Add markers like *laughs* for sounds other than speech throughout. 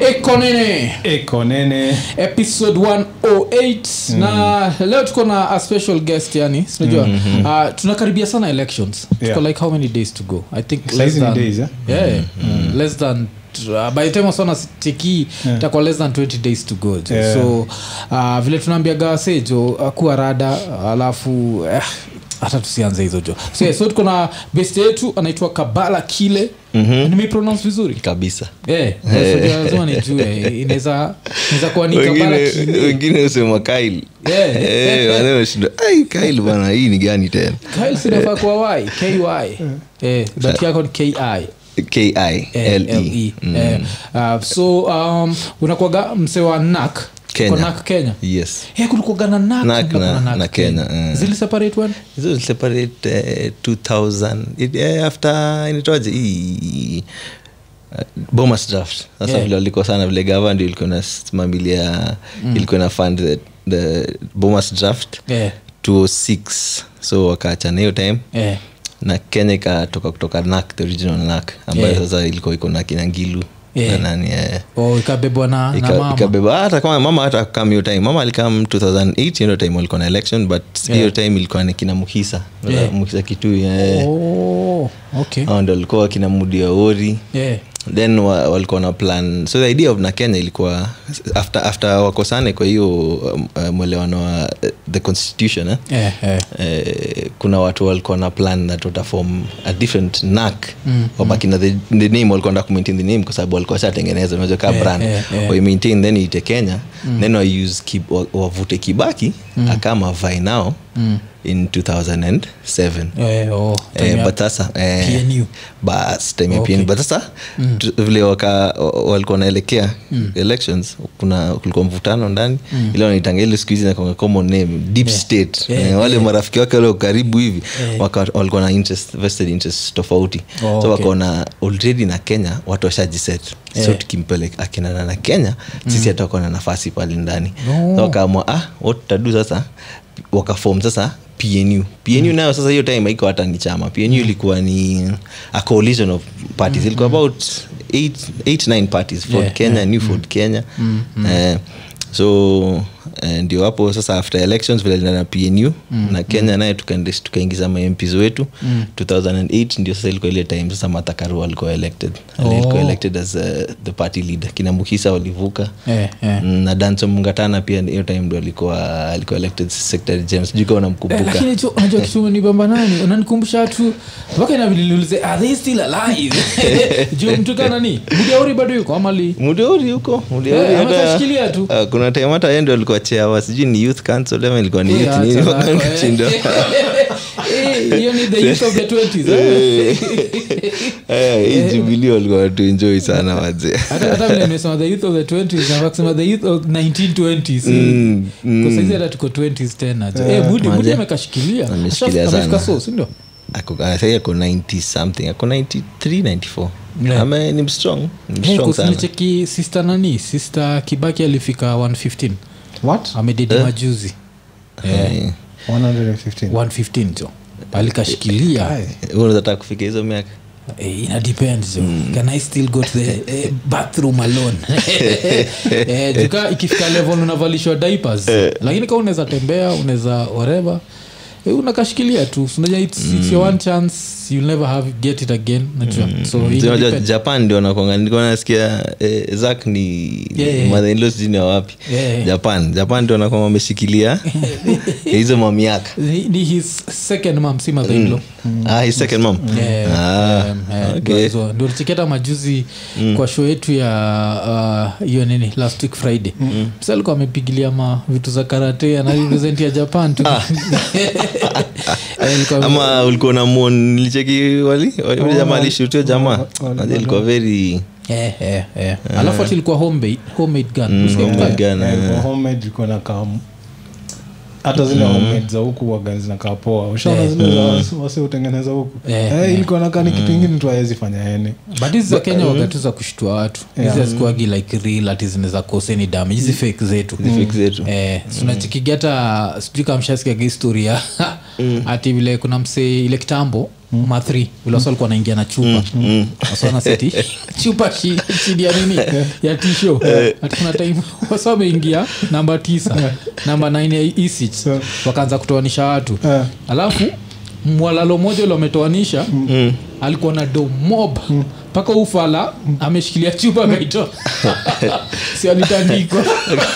ekonene eko nene episode 108 na Mm-hmm. leo tuko na a special guest yani sinajua mm-hmm. uh, tunakaribia sana elections yeah. tuko Yeah. like how many days to go i think Saizi less ni than, days, eh? yeah, Mm, less than uh, by the time wasona tiki yeah. takwa less than 20 days to go jo. Yeah. so uh, vile tunaambia gawase jo uh, kuwa rada alafu eh, hata tusianze hizo jo so, yeah, so tuko na best yetu anaitwa kabala kile mm-hmm. nimepronounce vizuri kabisa Eh, unajua lazima nijue inaweza inaweza kuwa ni kabala wengine kile wengine husema kail Yeah. wanashinda ai kail bana hii ni gani tena Kyle sinafaa kuwa y ky eh, dot yako ni ki ki eh, le le eh, Mm. uh, so um, unakuaga mse wa nak Kenya. nak kenya yes Eh, kulikuwaga na nak NAC na kuna na- NAC na Kenya, eh. Zili separate one hizo separate eh, 2000 It- eh, after inaitwaje hii eh, bomas draft sasa Yeah. vile walikuwa sana vile gava ndio ilikuwa inasimamilia Mm. ilikuwa ina fund the, the bomas draft Eh, 206 so wakaachana hiyo time eh, na kenya ikatoka kutoka nak the original nak ambayo Yeah. sasa ilikuwa iko na kina ngilu Yeah. na nani eh. oh, ikabebwa na, na Ika- mama ikabeba hata kama mama hata akakam hiyo time mama alikam 2008 hiyo time walikuwa na election but hiyo Yeah. time ilikuwa ni kina muhisa Yeah. muhisa kitu eh. oh, okay. Hao ndio walikuwa wakina mudia ori Eh, then wa, walikuwa na plan so the idea of na kenya ilikuwa after, after wakosane kwa hiyo um, uh, mwelewano wa uh, the constitution eh? eh, eh. eh, kuna watu walikuwa na plan that watafom a different nak mm, wabaki na the, the name walikuwa nataka kumaintain the name kwa sababu walikuwa washatengeneza unajua kaa Eh, brand eh, eh. waimaintain then iite kenya mm. then wause ki, wa- wavute kibaki mm. akama vai nao mm. in 2007 Eh, oh, time Eh, ya- but sasa eh, PNU. bas time ya Okay. Mm. PNU. but sasa tu- vile waka- wa- walikuwa wanaelekea elections kuna kulikuwa mvutano ndani ile wanaitanga ile siku hizi inakuanga common name deep state Mm. Yeah, Eh, yeah. wale marafiki wake wale wa karibu hivi Yeah. waka- walikuwa na interest, vested interest tofauti Oh, so okay. wakaona already na kenya watu washajiset so Yeah. Mm. tukimpeleka akinana na kenya sisi hata wakaona nafasi pale ndani No. so wakaamua ah what tutadu sasa wakafom sasa pnu pnu mm. nayo sasa hiyo time haikuwa hata ni chama pnu Mm. ilikuwa ni a coalition of parties mm. ilikuwa about 89 parties ford Yeah, yeah, kenya yeah. new ford mm. kenya mm. Eh, so eh, ndio hapo sasa after elections vile lina na pnu mm. na kenya mm. naye tukaende- tukaingiza mampis wetu mm. 2008 ndio sasa ilikuwa ile time sasa matakaru alikuwa elected oh. Oh. alikuwa elected as uh, the party leader kina mukisa walivuka Eh, eh. Mm, na danso mngatana pia hiyo time ndo alikuwa alikuwa elected secretary james juka Eh, unamkumbuka lakini cho- unajua kitu umenibamba nani unanikumbusha tu mpaka inabidi niulize are they still *laughs* alive juu mtu kana ni mudiauri bado yuko amali mudiori huko mudiori Eh, hata- amekashikilia tu. Ah, kuna time hata yeye ndo alikuwa chawa sijui ni youth council ama ilikuwa ni youth nini wakachindwa eh. *laughs* *laughs* hiyo ni the youth of the 20s eh. *laughs* Eh, hii jubilii walikuwa watu *laughs* enjoy sana wazee Hata- hata vile nimesema the youth of the 20s na wakisema the youth of 1920s Mm, mm. kwa saizi hata tuko 20s tena jo. Eh, Budi- Budi Maje. amekashikilia Ameshikilia Ashaf- amefika sana. so, si ndio? Ako- ah, sahi ako 90 something ako 93 94 Yeah. Ame- ni mstrong ni Eh, mstrong sana kusinicheki sister nani sister kibaki alifika 115 what amededima juzi Eh, 115 115 jo alikashikilia Aye. wewe unaweza taka kufika hizo miaka eh, ina depend jo can i still go to the eh, bathroom alone eh, juka ikifika level unavalishwa diapers lakini kama unaweza tembea unaweza oreva eh, unakashikilia tu unaja it's, it's your one chance you'll never have get it again najua so ina unajua depend. japan ndio nakonga nilikuwa nasikia eh, zak ni Yeah, yeah. madhainlo sijui ni wapi Yeah, yeah. japan japan ndio *laughs* nakonga ameshikilia hizo mamiaka Ni- ni his second mam si mother-in-law. Ah, his second mom Eh, Ah, em, eh, okay. ndo hizo. Ndo tulicheketa majuzi kwa show yetu ya uh, hiyo nini last week friday mm. alikuwa amepigilia ma vitu za karate anarepresentia japan tu *laughs* Eh, alikuwa- ama ulikuwa na mwon nilicheki wali wali- jamaa alishutio jamaa Unajua ilikuwa very Eh, eh, eh. alafu ati ilikuwa homemade homemade gun Usikia Mm, mbaya? gana, Eh, eh. ilikuwa homemade ilikuwa na kam hata zile Mm. homemade za huku waga zinakaa poa ushaona zile za wasi- wasi hutengeneza huku Eh, Eh, ilikuwa nakaa ni kitu ingine tu aezi fanya yaani. yani but hizi za kenya wakati za kushtua watu hizi asikuagi like real ati zinaweza koseni damage Mm. hizi fake zetu Mm. fix zetu Eh, tunachikigata sijui kamshasikiaga historia mm. *laughs* ati vile kuna msee ile kitambo mm. mathri vilaso alikuwa anaingia na chupa mm. *laughs* naseti chupa chi- chini ya *laughs* nini ya tisho ati kuna time *laughs* wasa wameingia namba tisa namba nine isich wakaanza kutoanisha watu Yeah. alafu mwalalo moja ule wametoanisha alikuwa na domob mpaka ufala ameshikilia chupa *laughs* akaitoa si *laughs* alitandikwa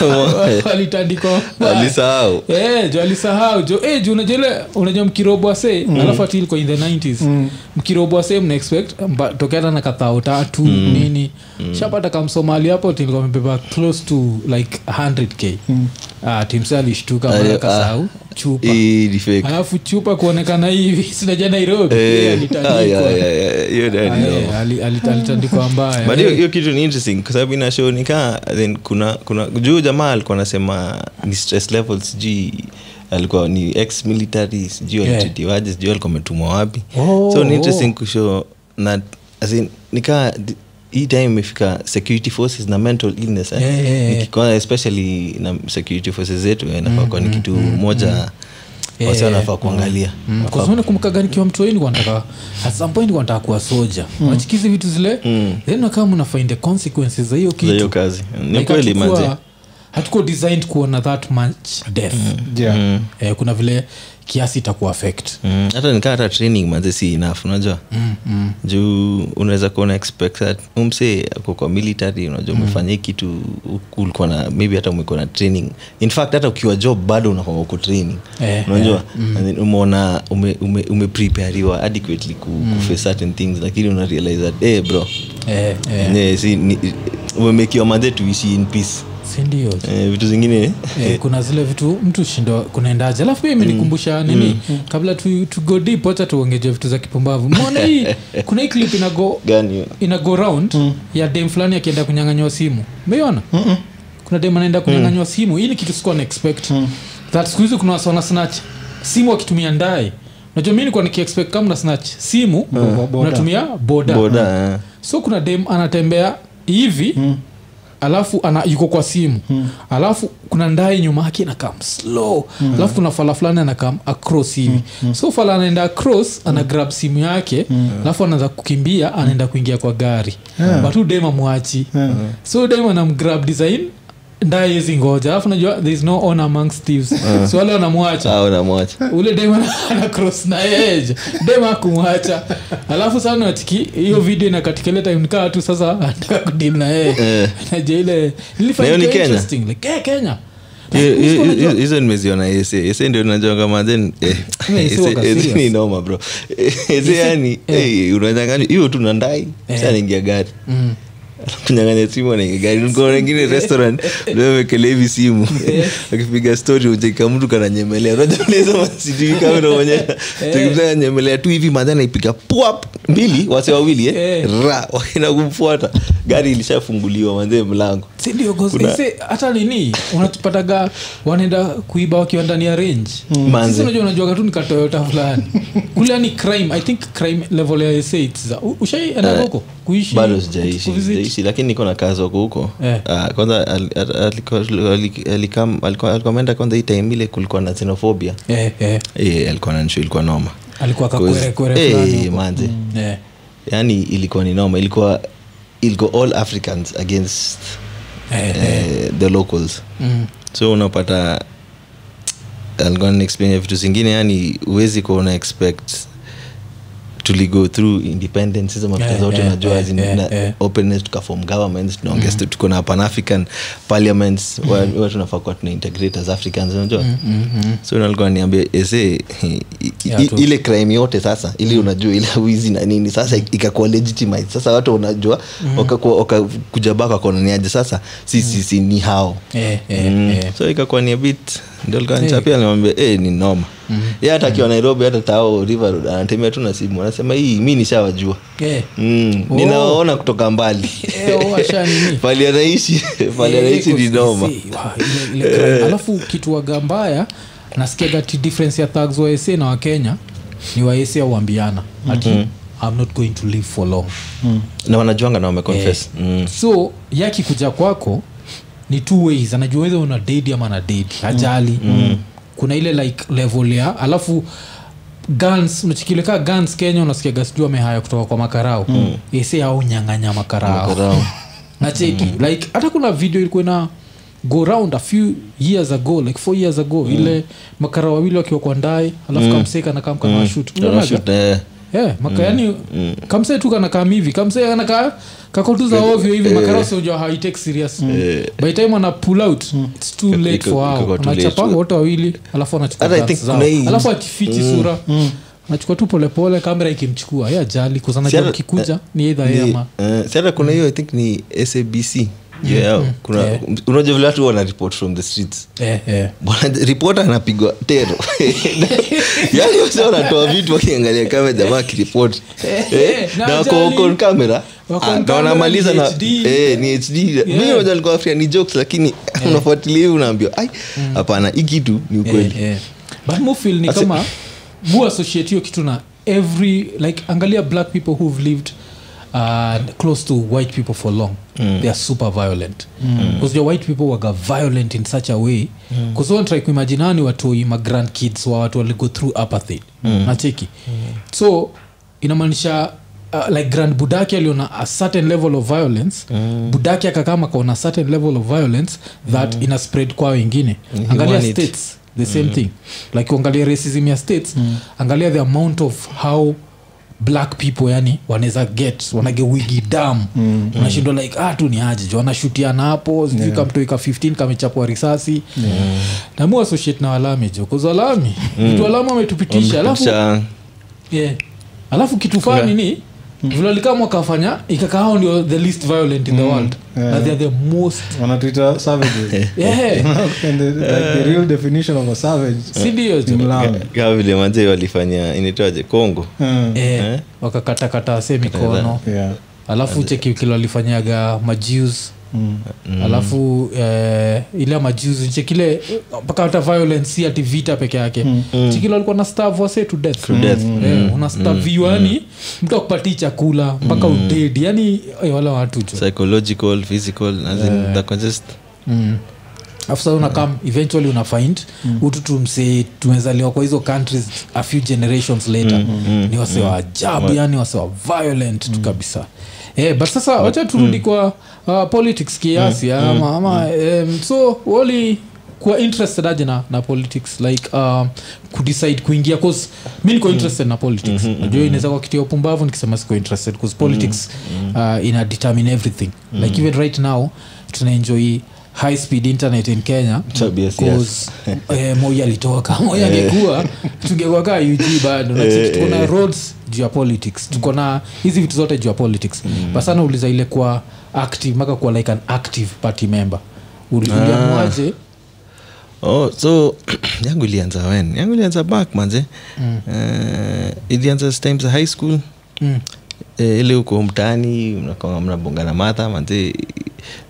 *laughs* alitandikwa alisahau Eh, jo alisahau jo eh, jo unajua ile unajua mkirobwa se mm. alafu ati ilikuwa in the 90s mm. mkirobwa se mna expect mba- tokeana na kathao tatu mm. nini mm. shapata kamsomali hapo tilikuwa amebeba close to like 100k mm. ah, timse alishtuka Ali- mara ah. kasahau chupa Hii ni fake. alafu chupa kuonekana hivi *laughs* sinaja nairobi Eh, Eh, ah, yeah, alitandikwa yeah, yeah, hiyo ndio Ah, aliona. eh, ali- ali- alitandikwa mbaya but Eh, hiyo hiyo kitu ni interesting kwa sababu inashow ni kaa then kuna kuna juu jamaa alikuwa anasema ni stress level sijui alikuwa ni ex military sijui Yeah. alititiwaje sijui alikuwa ametumwa wapi Oh, so ni oh. interesting kushow na as in, ni kaa di- hii time imefika security forces na mental illness eh? Yeah, yeah, yeah. Nikikuwa especially na security forces zetu eh, inafaa kuwa ni Mm-hmm, kitu moja wasi wanafaa kuangalia Mm, kwa sababu nakumbukaga nikiwa mtoini kwanataka at some point kwanataka kuwa soja Mm. wachikizi vitu zile then wakawa mnafind the consequences za hiyo za hiyo kitu kazi ni Like kweli hatukuwa- manze hatuko designed kuona that much death Yeah. eh, kuna vile kiasi itakuwa affect Mm, hata nikaa hata training manze si enough unajua mm, Mm-hmm. mm. juu unaweza kuona expect that umse ako kwa military unajua Mm-hmm. umefanya hii kitu huku ulikuwa na maybe hata umekuwa na training in fact hata ukiwa job bado unakwanga uko training Eh, unajua And then umeona ume, ume, umeprepariwa adequately ku, Mm-hmm. kuface certain things lakini una realize that hey bro eh, eh, yeah. si, ni, umemekiwa manze tuishi in peace sindio eh, vitu *laughs* zingine Eh, kuna zile vitu mtu shindo kunaendaje alafu Mm. pia imenikumbusha nini kabla tu, tu go deep wacha tuongeje vitu za kipumbavu mona *laughs* hii kuna hii clip inago gani ina go round ya dem fulani akienda kunyanganywa simu umeiona kuna dem anaenda kunyanganywa simu hii ni kitu sikuwa naexpect that siku hizi kuna wasona snatch simu wakitumia ndae najua mi nikuwa nikiexpect kama na snatch simu boda. unatumia boda, boda eh. so kuna dem anatembea hivi alafu ana, yuko kwa simu alafu kuna ndae nyuma yake anakam slow alafu kuna fala fulani anakam across hivi so fala anaenda across ana grab simu yake alafu anaanza kukimbia anaenda kuingia kwa gari yeah. batu dem amwachi Eh. so dem anamgrab design ndaye hizi ngoja alafu najua there is no honor amongst thieves so wale wanamwacha Ah, unamwacha ule dema *laughs* ana cross na edge dema kumwacha alafu sana natiki hiyo video na katika ile time nikaa tu sasa *laughs* anataka kudeal na yeye Eh. naja ile nilifanya Na hiyo ni ikiwa Kenya? interesting like eh, Kenya Hiyo- Like, hiyo- unajua- hiyo- hizo nimeziona ese ese ndio najanga mazen *laughs* Ese waka serious. eh, ni noma bro ese yani eh, unanyanganya hiyo tu nandai sa naingia gari kunyanganya Mm. simu anaingia gari mkono wengine *laughs* restaurant nawekelea hivi simu *laughs* akipiga story ucheka mtu kananyemelea unajamleza masitivi kamera *laughs* mwenyewe tukianyemelea tu hivi madhana ipiga puap mbili wase wawili eh, Eh. ra *laughs* wakina kumfuata gari ilishafunguliwa manzee mlango Si ndio, goes- Kuna- ise, hata nini unatupataga wanaenda kuiba wakiwa ndani ya range Hmm. Manze. Sisi unajua unajuaga tu nikatoyota fulani kule ni crime i think crime level ya SA it's za- u- ushaienda Eh, huko kuishi bado sijaishi kuvisit? sijaishi lakini niko na kazi wako huko Eh. Ah, kwanza al- al- alikuwa- ali- alikam- alikuwa- alikuwa ameenda kwanza hii time ile kulikuwa na xenofobia eh, eh, Eh, alikuwa na nshu ilikuwa noma alikuwa 'Cause- kakwere kwere eh, fulani huko. manze Eh. yani Yaani ilikuwa ni noma ilikuwa ilikuwa all africans against Eh, eh, the locals mm. so unapata alikuwa explain vitu zingine yani uwezi kuona expect tuligo through independence hizo mafuta Yeah, zote yeah, najua yeah, zina- yeah, na yeah. Mm. openness tukafom governments tunaongea stu- tuko na panafrican parliaments wa- watu tunafaa kuwa tuna integrate as africans unajua Mm, so nalikuwa niambia ese i- i- Yeah, eh, i- tu. ile crime yote sasa Mm. ili unajua ile wizi na nini sasa ikakuwa legitimate sasa watu unajua Mm. wakakuwa- wakakuja baka wakaonaniaje sasa sisi si, ni hao Eh, eh, Mm. eh. so ikakuwa ni a bit ndio likanchapia nimwambia hey, "Eh, ni noma Mm. ye hata akiwa nairobi hata tao river road anatembea tu na simu anasema hii mi nishawajua Eh. mm. Oh. ninawaona kutoka mbali *laughs* Eh, oh, asha *laughs* nini? pali anaishi pali Eh, anaishi ni iko- noma Eh. si, wa, ile- ile crime. alafu kituaga mbaya nasikiaga ti difference ya thugs wa sa na wakenya ni waesa uambiana Mhm. ati i'm not going to live for long na wanajuanga na wameconfess Eh. mm. so Mm. yakikuja kwako ni two ways anajua whether una dedi ama na dedi ajali kuna ile like level ya alafu guns unachikileka guns kenya unasikiaga sijui wamehaya kutoka kwa makarao mm. ese au nyang'anya makarao *laughs* Makarao. nacheki mm. like hata kuna video ilikuwa ina go round a few years ago like four years ago mm. ile makara wawili wakiwa kwa ndae alafu mm. kamseka na kamkanawashut mm. Shoot, eh. yeah, maka yani mm. kamsee tu kanakam hivi kamsee anaka kakotuza Eh, ovyo hivi makaraseuja haitake serious Mm. Mm. by time ana pull out its too late iko- for iko hao too late. anachapanga wote wawili alafu anachukua Hata I guns think zao. kuna hii- Mm. alafu akifichi sura anachukua tu polepole kamera ikimchukua ya jali Si kuzanajua hata- kikuja ni eidha Ni, yema eh, si hata kuna hiyo i think ni sabc Mm. hiyo yao kuna unajua vile watu wana report from the streets eh, eh. bwana ripota anapigwa *laughs* tero yani wase wanatoa vitu wakiangalia kamera jamaa akiripoti eh, na na wako ajali. wako on kamera Wako Ah, on na camera, wanamaliza ni na HD. Eh. eh, ni hd mi moja alikuwa afria ni jokes lakini *laughs* unafuatilia hivi unaambiwa ai hapana hii kitu ni ukweli Mm. Eh, eh. but mufil ni kama mu associate hiyo kitu na every like angalia black people who've lived uh, close to white people for long mm. they are super violent because mm. white people waga violent in such a way because mm. try kuimagine hani watoi ma grand kids wa watu waligo through apathy mm. nacheki mm. so inamaanisha Uh, like grand budaki aliona a certain level of violence mm. budaki akakama kaona a certain level of violence that mm. ina spread kwa wengine He angalia won it. states states the same mm. thing like uangalia racism ya states mm. angalia the amount of how black people yani wanaweza get wanagewigi dam mm. unashindwa like ah tu ni aje ju wanashutiana hapo sijui yeah. kamtoika 15 kamechapwa risasi yeah. namu associate na walami jo kuza walami vitu walami wametupitisha alafu Cha- yeah. alafu kitu fani ni vilalikama wakafanya ikakaao ndio the least violent in the world Mm. Yeah. yeah. theyare the most wanatuita *laughs* Eh. savages yeah. And the- like the real definition of a savage sindio ni mlamu kama vile mazee walifanya inaitwaje kongo Ah. Mm. eh, wakakatakata se mikono Yeah. alafu cheki kile walifanyaga majus Mm. alafu eh, ile majus chekile mpaka hata violence si ati vita peke yake chekile walikuwa na stav wase to death, death. Eh, unastaviwa yani mtu akupatii chakula mpaka udedi yani eh, wala watu jo psychological physical as in Eh. the consist afsa unakam eventually una find utu tumse tumezaliwa kwa hizo countries a few generations later ni wase wa ajabu yani wase wa violent tu kabisa Eh, but sasa wacha turudi kwa uh, politics kiasi ama, ama em, so wali kuwa interested aje na, na politics like um, kudecide kuingia cause mi niko interested na politics najua inaweza kwa kitu ya upumbavu nikisema siko interested cause politics uh, ina determine everything like even right now tunaenjoy high speed internet in kenya Tabias, yes. Eh. Cause, *laughs* eh, moi alitoka moi angekuwa tungekuwa kaa ug bado nacheki tuko eh. na roads juu ya politics tuko na hizi vitu zote juu ya politics Mm. but sana uliza ile kuwa active mpaka kuwa like an active party member uliamwaje oh so *clears throat* yangu ilianza wen yangu ilianza back manze mm. uh, ilianza times ya high school Mm. Eh, ile uko mtaani mnakaa- mnabongana matha manze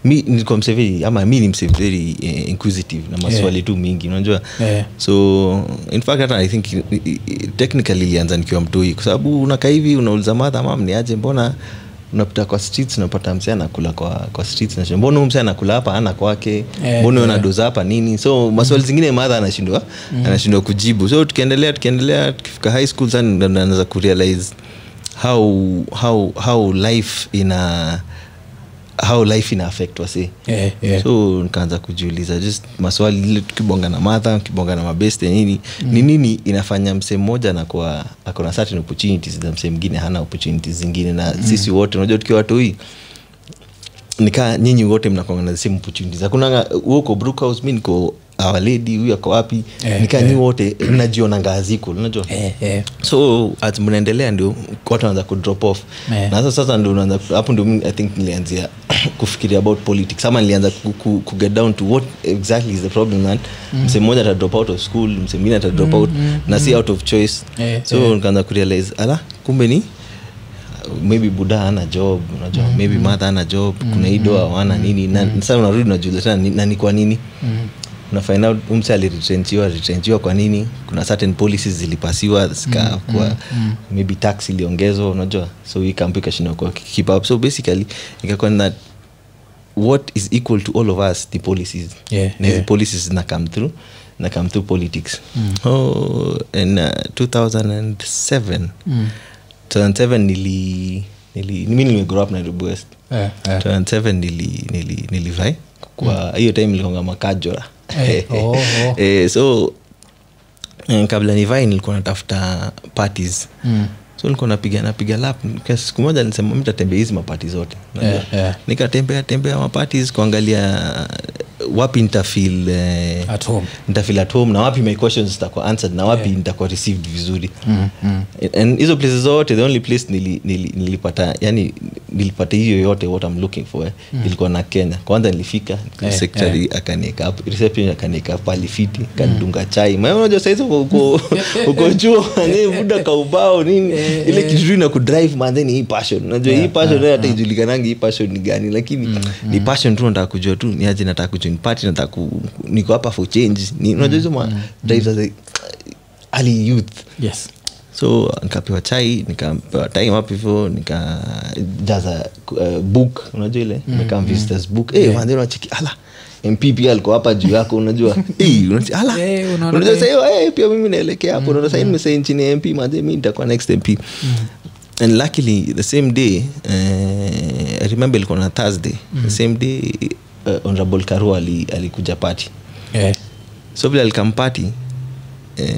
mi nilikuwa mse very- ama mi ni mse very eh, inquisitive na maswali tu mingi unajua Eh. so in fact hata i think i- i- i- technically ilianza nikiwa mtoi kwa sababu unakaa hivi unauliza madha mam ni aje mbona unapita kwa streets unapata mse anakula kwa, kwa streets na mbona huyu mse anakula hapa ana kwake Eh, mbona yeah. anadoza hapa nini so maswali zingine madha anashindwa anashindwa kujibu so tukiendelea tukiendelea tukifika high school sana ndo naanza kurealize how, how, how life ina how life ina affect wasi Eh, eh. so nikaanza kujiuliza just maswali ile tukibonga na madha ukibonga na mabeste nini Mm. ni nini inafanya msee mmoja anakuwa akona certain opportunities na msee mwingine hana opportunities zingine na Mm. sisi wote unajua tukiwa watoi nikaa nyinyi wote mnakonga na the same opportunities hakuna uko brookhouse mi niko awaledi huyu ako wapi Eh, nikaa nyinyi wote *clears throat* mnajiona ngaaziko unajua eh, eh. so at mnaendelea ndio watu wanaanza kudrop off Eh. na sasa sasa ndio unaanza ku- hapo ndio mimi i think nilianzia *coughs* kufikiria about politics ama nilianza ku, ku, ku get down to what exactly is the problem that mse mmoja ata drop out of school mse mwingine ata drop out na si out of choice Eh, so nikaanza kurealize ala kumbe ni maybe buda ana job unajua mm, maybe madha ana job mm, kuna hii doa wana nini na sasa unarudi unajiuliza tena ni- na ni kwa nini mm una find out umse aliretrenchiwa retrenchiwa kwa nini kuna certain policies zilipasiwa zikakuwa mm, mm, maybe tax iliongezwa unajua so hii kampu ikashindwa kwa keep up so basically ikakuwa na what is equal to all of us the policies Yeah, na hizi yeah. policies zina come through na come through politics mm. oh, in uh, 2007 Mm. 2007 nili, nili mi nimegrow up nairobi west Eh, eh. 2007 nili, nili, nilivai kwa hiyo time nilikonga makajora Hmm. Eh, *laughs* oh, oh. eh, so eh, kabla nivai nilikuwa natafuta parties Mm. so nilikuwa napiga napiga lap Nika- siku moja nisema mi tatembea hizi mapati zote Eh, eh. nikatembea tembea mapatis kuangalia eh, wapi nitafil eh, At home. nitafil at home na wapi my questions zitakuwa answered na wapi yeah. nitakuwa received vizuri Mm, mm. and hizo places zote the only place nili, nili, nilipata yani nilipata hiyo yote what i'm looking for eh, Mm. ilikuwa na kenya kwanza nilifika Eh, Mm. secretary akanieka hapo reception akanieka hapo alifiti kanidunga chai maana unajua saizi *laughs* uko- uko uko chuo yani muda kaubao nini Eh, ile kitu tu ina kudrive man then hii passion unajua hii passion nayo hata ijulikanangi hii passion ni gani lakini Mm, ni passion tu nataka kujua tu ni aje nataka kujoin party nataka ku- niko hapa for change ni unajua hizo Mm, ma drives as a- early youth yes so nikapewa chai nikapewa time up hivyo nikajaza uh, book unajua ile mm, visitors book hey, yeah. unacheki ala mp pia alikuwa hapa juu yako *laughs* unajua hey, unache- ala Eh, unaona unajua pia- sahii hey, pia mimi naelekea hapo unaona sahii nimesai chini ya mp maze mi nitakuwa next mp and luckily the same day uh, i remember ilikuwa na thursday the same day uh, honorable karua ali- alikuja party Eh. so vile alikampati eh,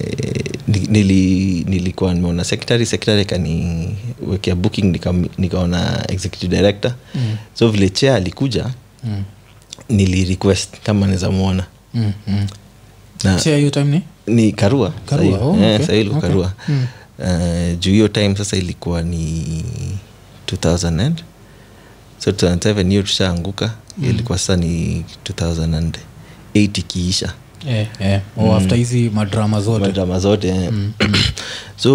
ni- nili, nilikuwa nimeona secretary secretary akaniwekea booking nikam- nikaona executive director mm. so vile chair alikuja Mm. nili request kama naweza mwona Mm, mm. na Share hiyo time ni ni karua Karua, sahi- oh, eh, okay, sahi liko okay. karua Mm. Eh, juu hiyo time sasa ilikuwa ni 2000 and- so 2007 hiyo tushaanguka Mm. hiyo ilikuwa sasa ni 2008 ikiisha eh, eh. Oh, Mm. after hizi madrama zote madrama zote eh. *clears throat* so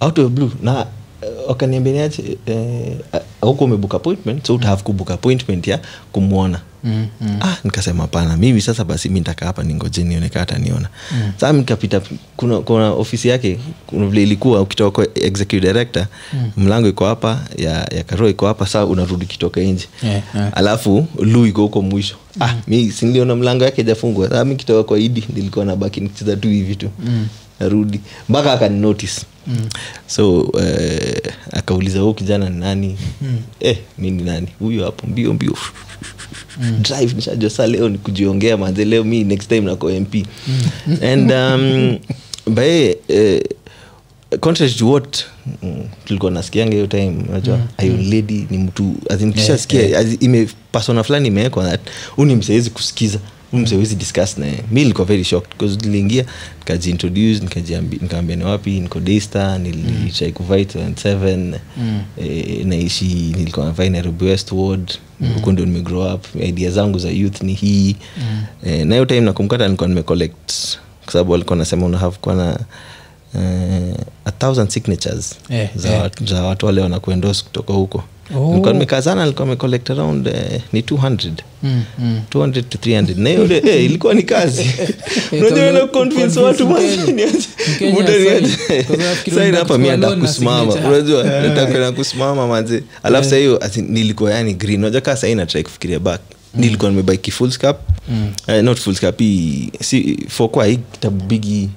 out of blue na eh, wakaniambia niache eh, auko umebook appointment so utahave kubook appointment ya kumwona Mm, mm. ah, nikasema hapana mimi sasa basi mi nitakaa hapa ningoje nione kaa ataniona mm. saa nikapita kuna, kuna ofisi yake kuna vile ilikuwa ukitoka kwa executive director mm. mlango iko hapa ya, ya karoa iko hapa saa unarudi ukitoka nje Eh, eh. alafu lu iko huko mwisho ah, mi siliona mlango yake jafungwa saa mi kitoka kwa idi nilikuwa nabaki nikicheza tu hivi tu mm. narudi mpaka akaninotice mm. so uh, akauliza huu kijana ni nani mm. eh, mi ni nani huyo hapo mbio mbio drive nishajua saa leo ni kujiongea manze leo mi next time nako mp and um, by eh, contrary to what mm, tulikuwa nasikianga hiyo time unajua ayo lady ni mtu as in kishasikia Eh. as in ime persona fulani imewekwa that huu ni msewezi kusikiza huu msewezi discuss naye mi nilikuwa very shocked because niliingia nikajiintroduce nikajiambi- nikaambia ni wapi niko daystar Mm. nilitrai kuvai 27 eh, naishi nilikuwa navai nairobi west ward Mm. huko ndio nimegrow up idea zangu za youth ni hii Mm. eh, na hiyo time nakumkata nilikuwa nimecollect kwa sababu alikuwa nasema unahave kuwa na eh, a thousand signatures Eh, za, eh. Watu, za watu wale wanakuendos kutoka huko Oh. nilikuwa nimekazana nilikuwa nimecollect around eh, ni 200 Mm, mm. 200 to 300 na hiyo eh, ilikuwa ni *laughs* kazi *laughs* unajua na convince watu Mkenya. mwanzaniaje Mkenya muda sign. niaje *laughs* Kwa sababu nafikiri saini hapa mi unataka nataka loan na kusimama signature. Eh. unajua *laughs* nataka kwenda kusimama manze alafu saa hiyo as in, nilikuwa yani green unajua kaa saa hii natrai kufikiria back Mm. nilikuwa nimebaiki full scap eh, not full scap hii si fokwa hii kitabu bigi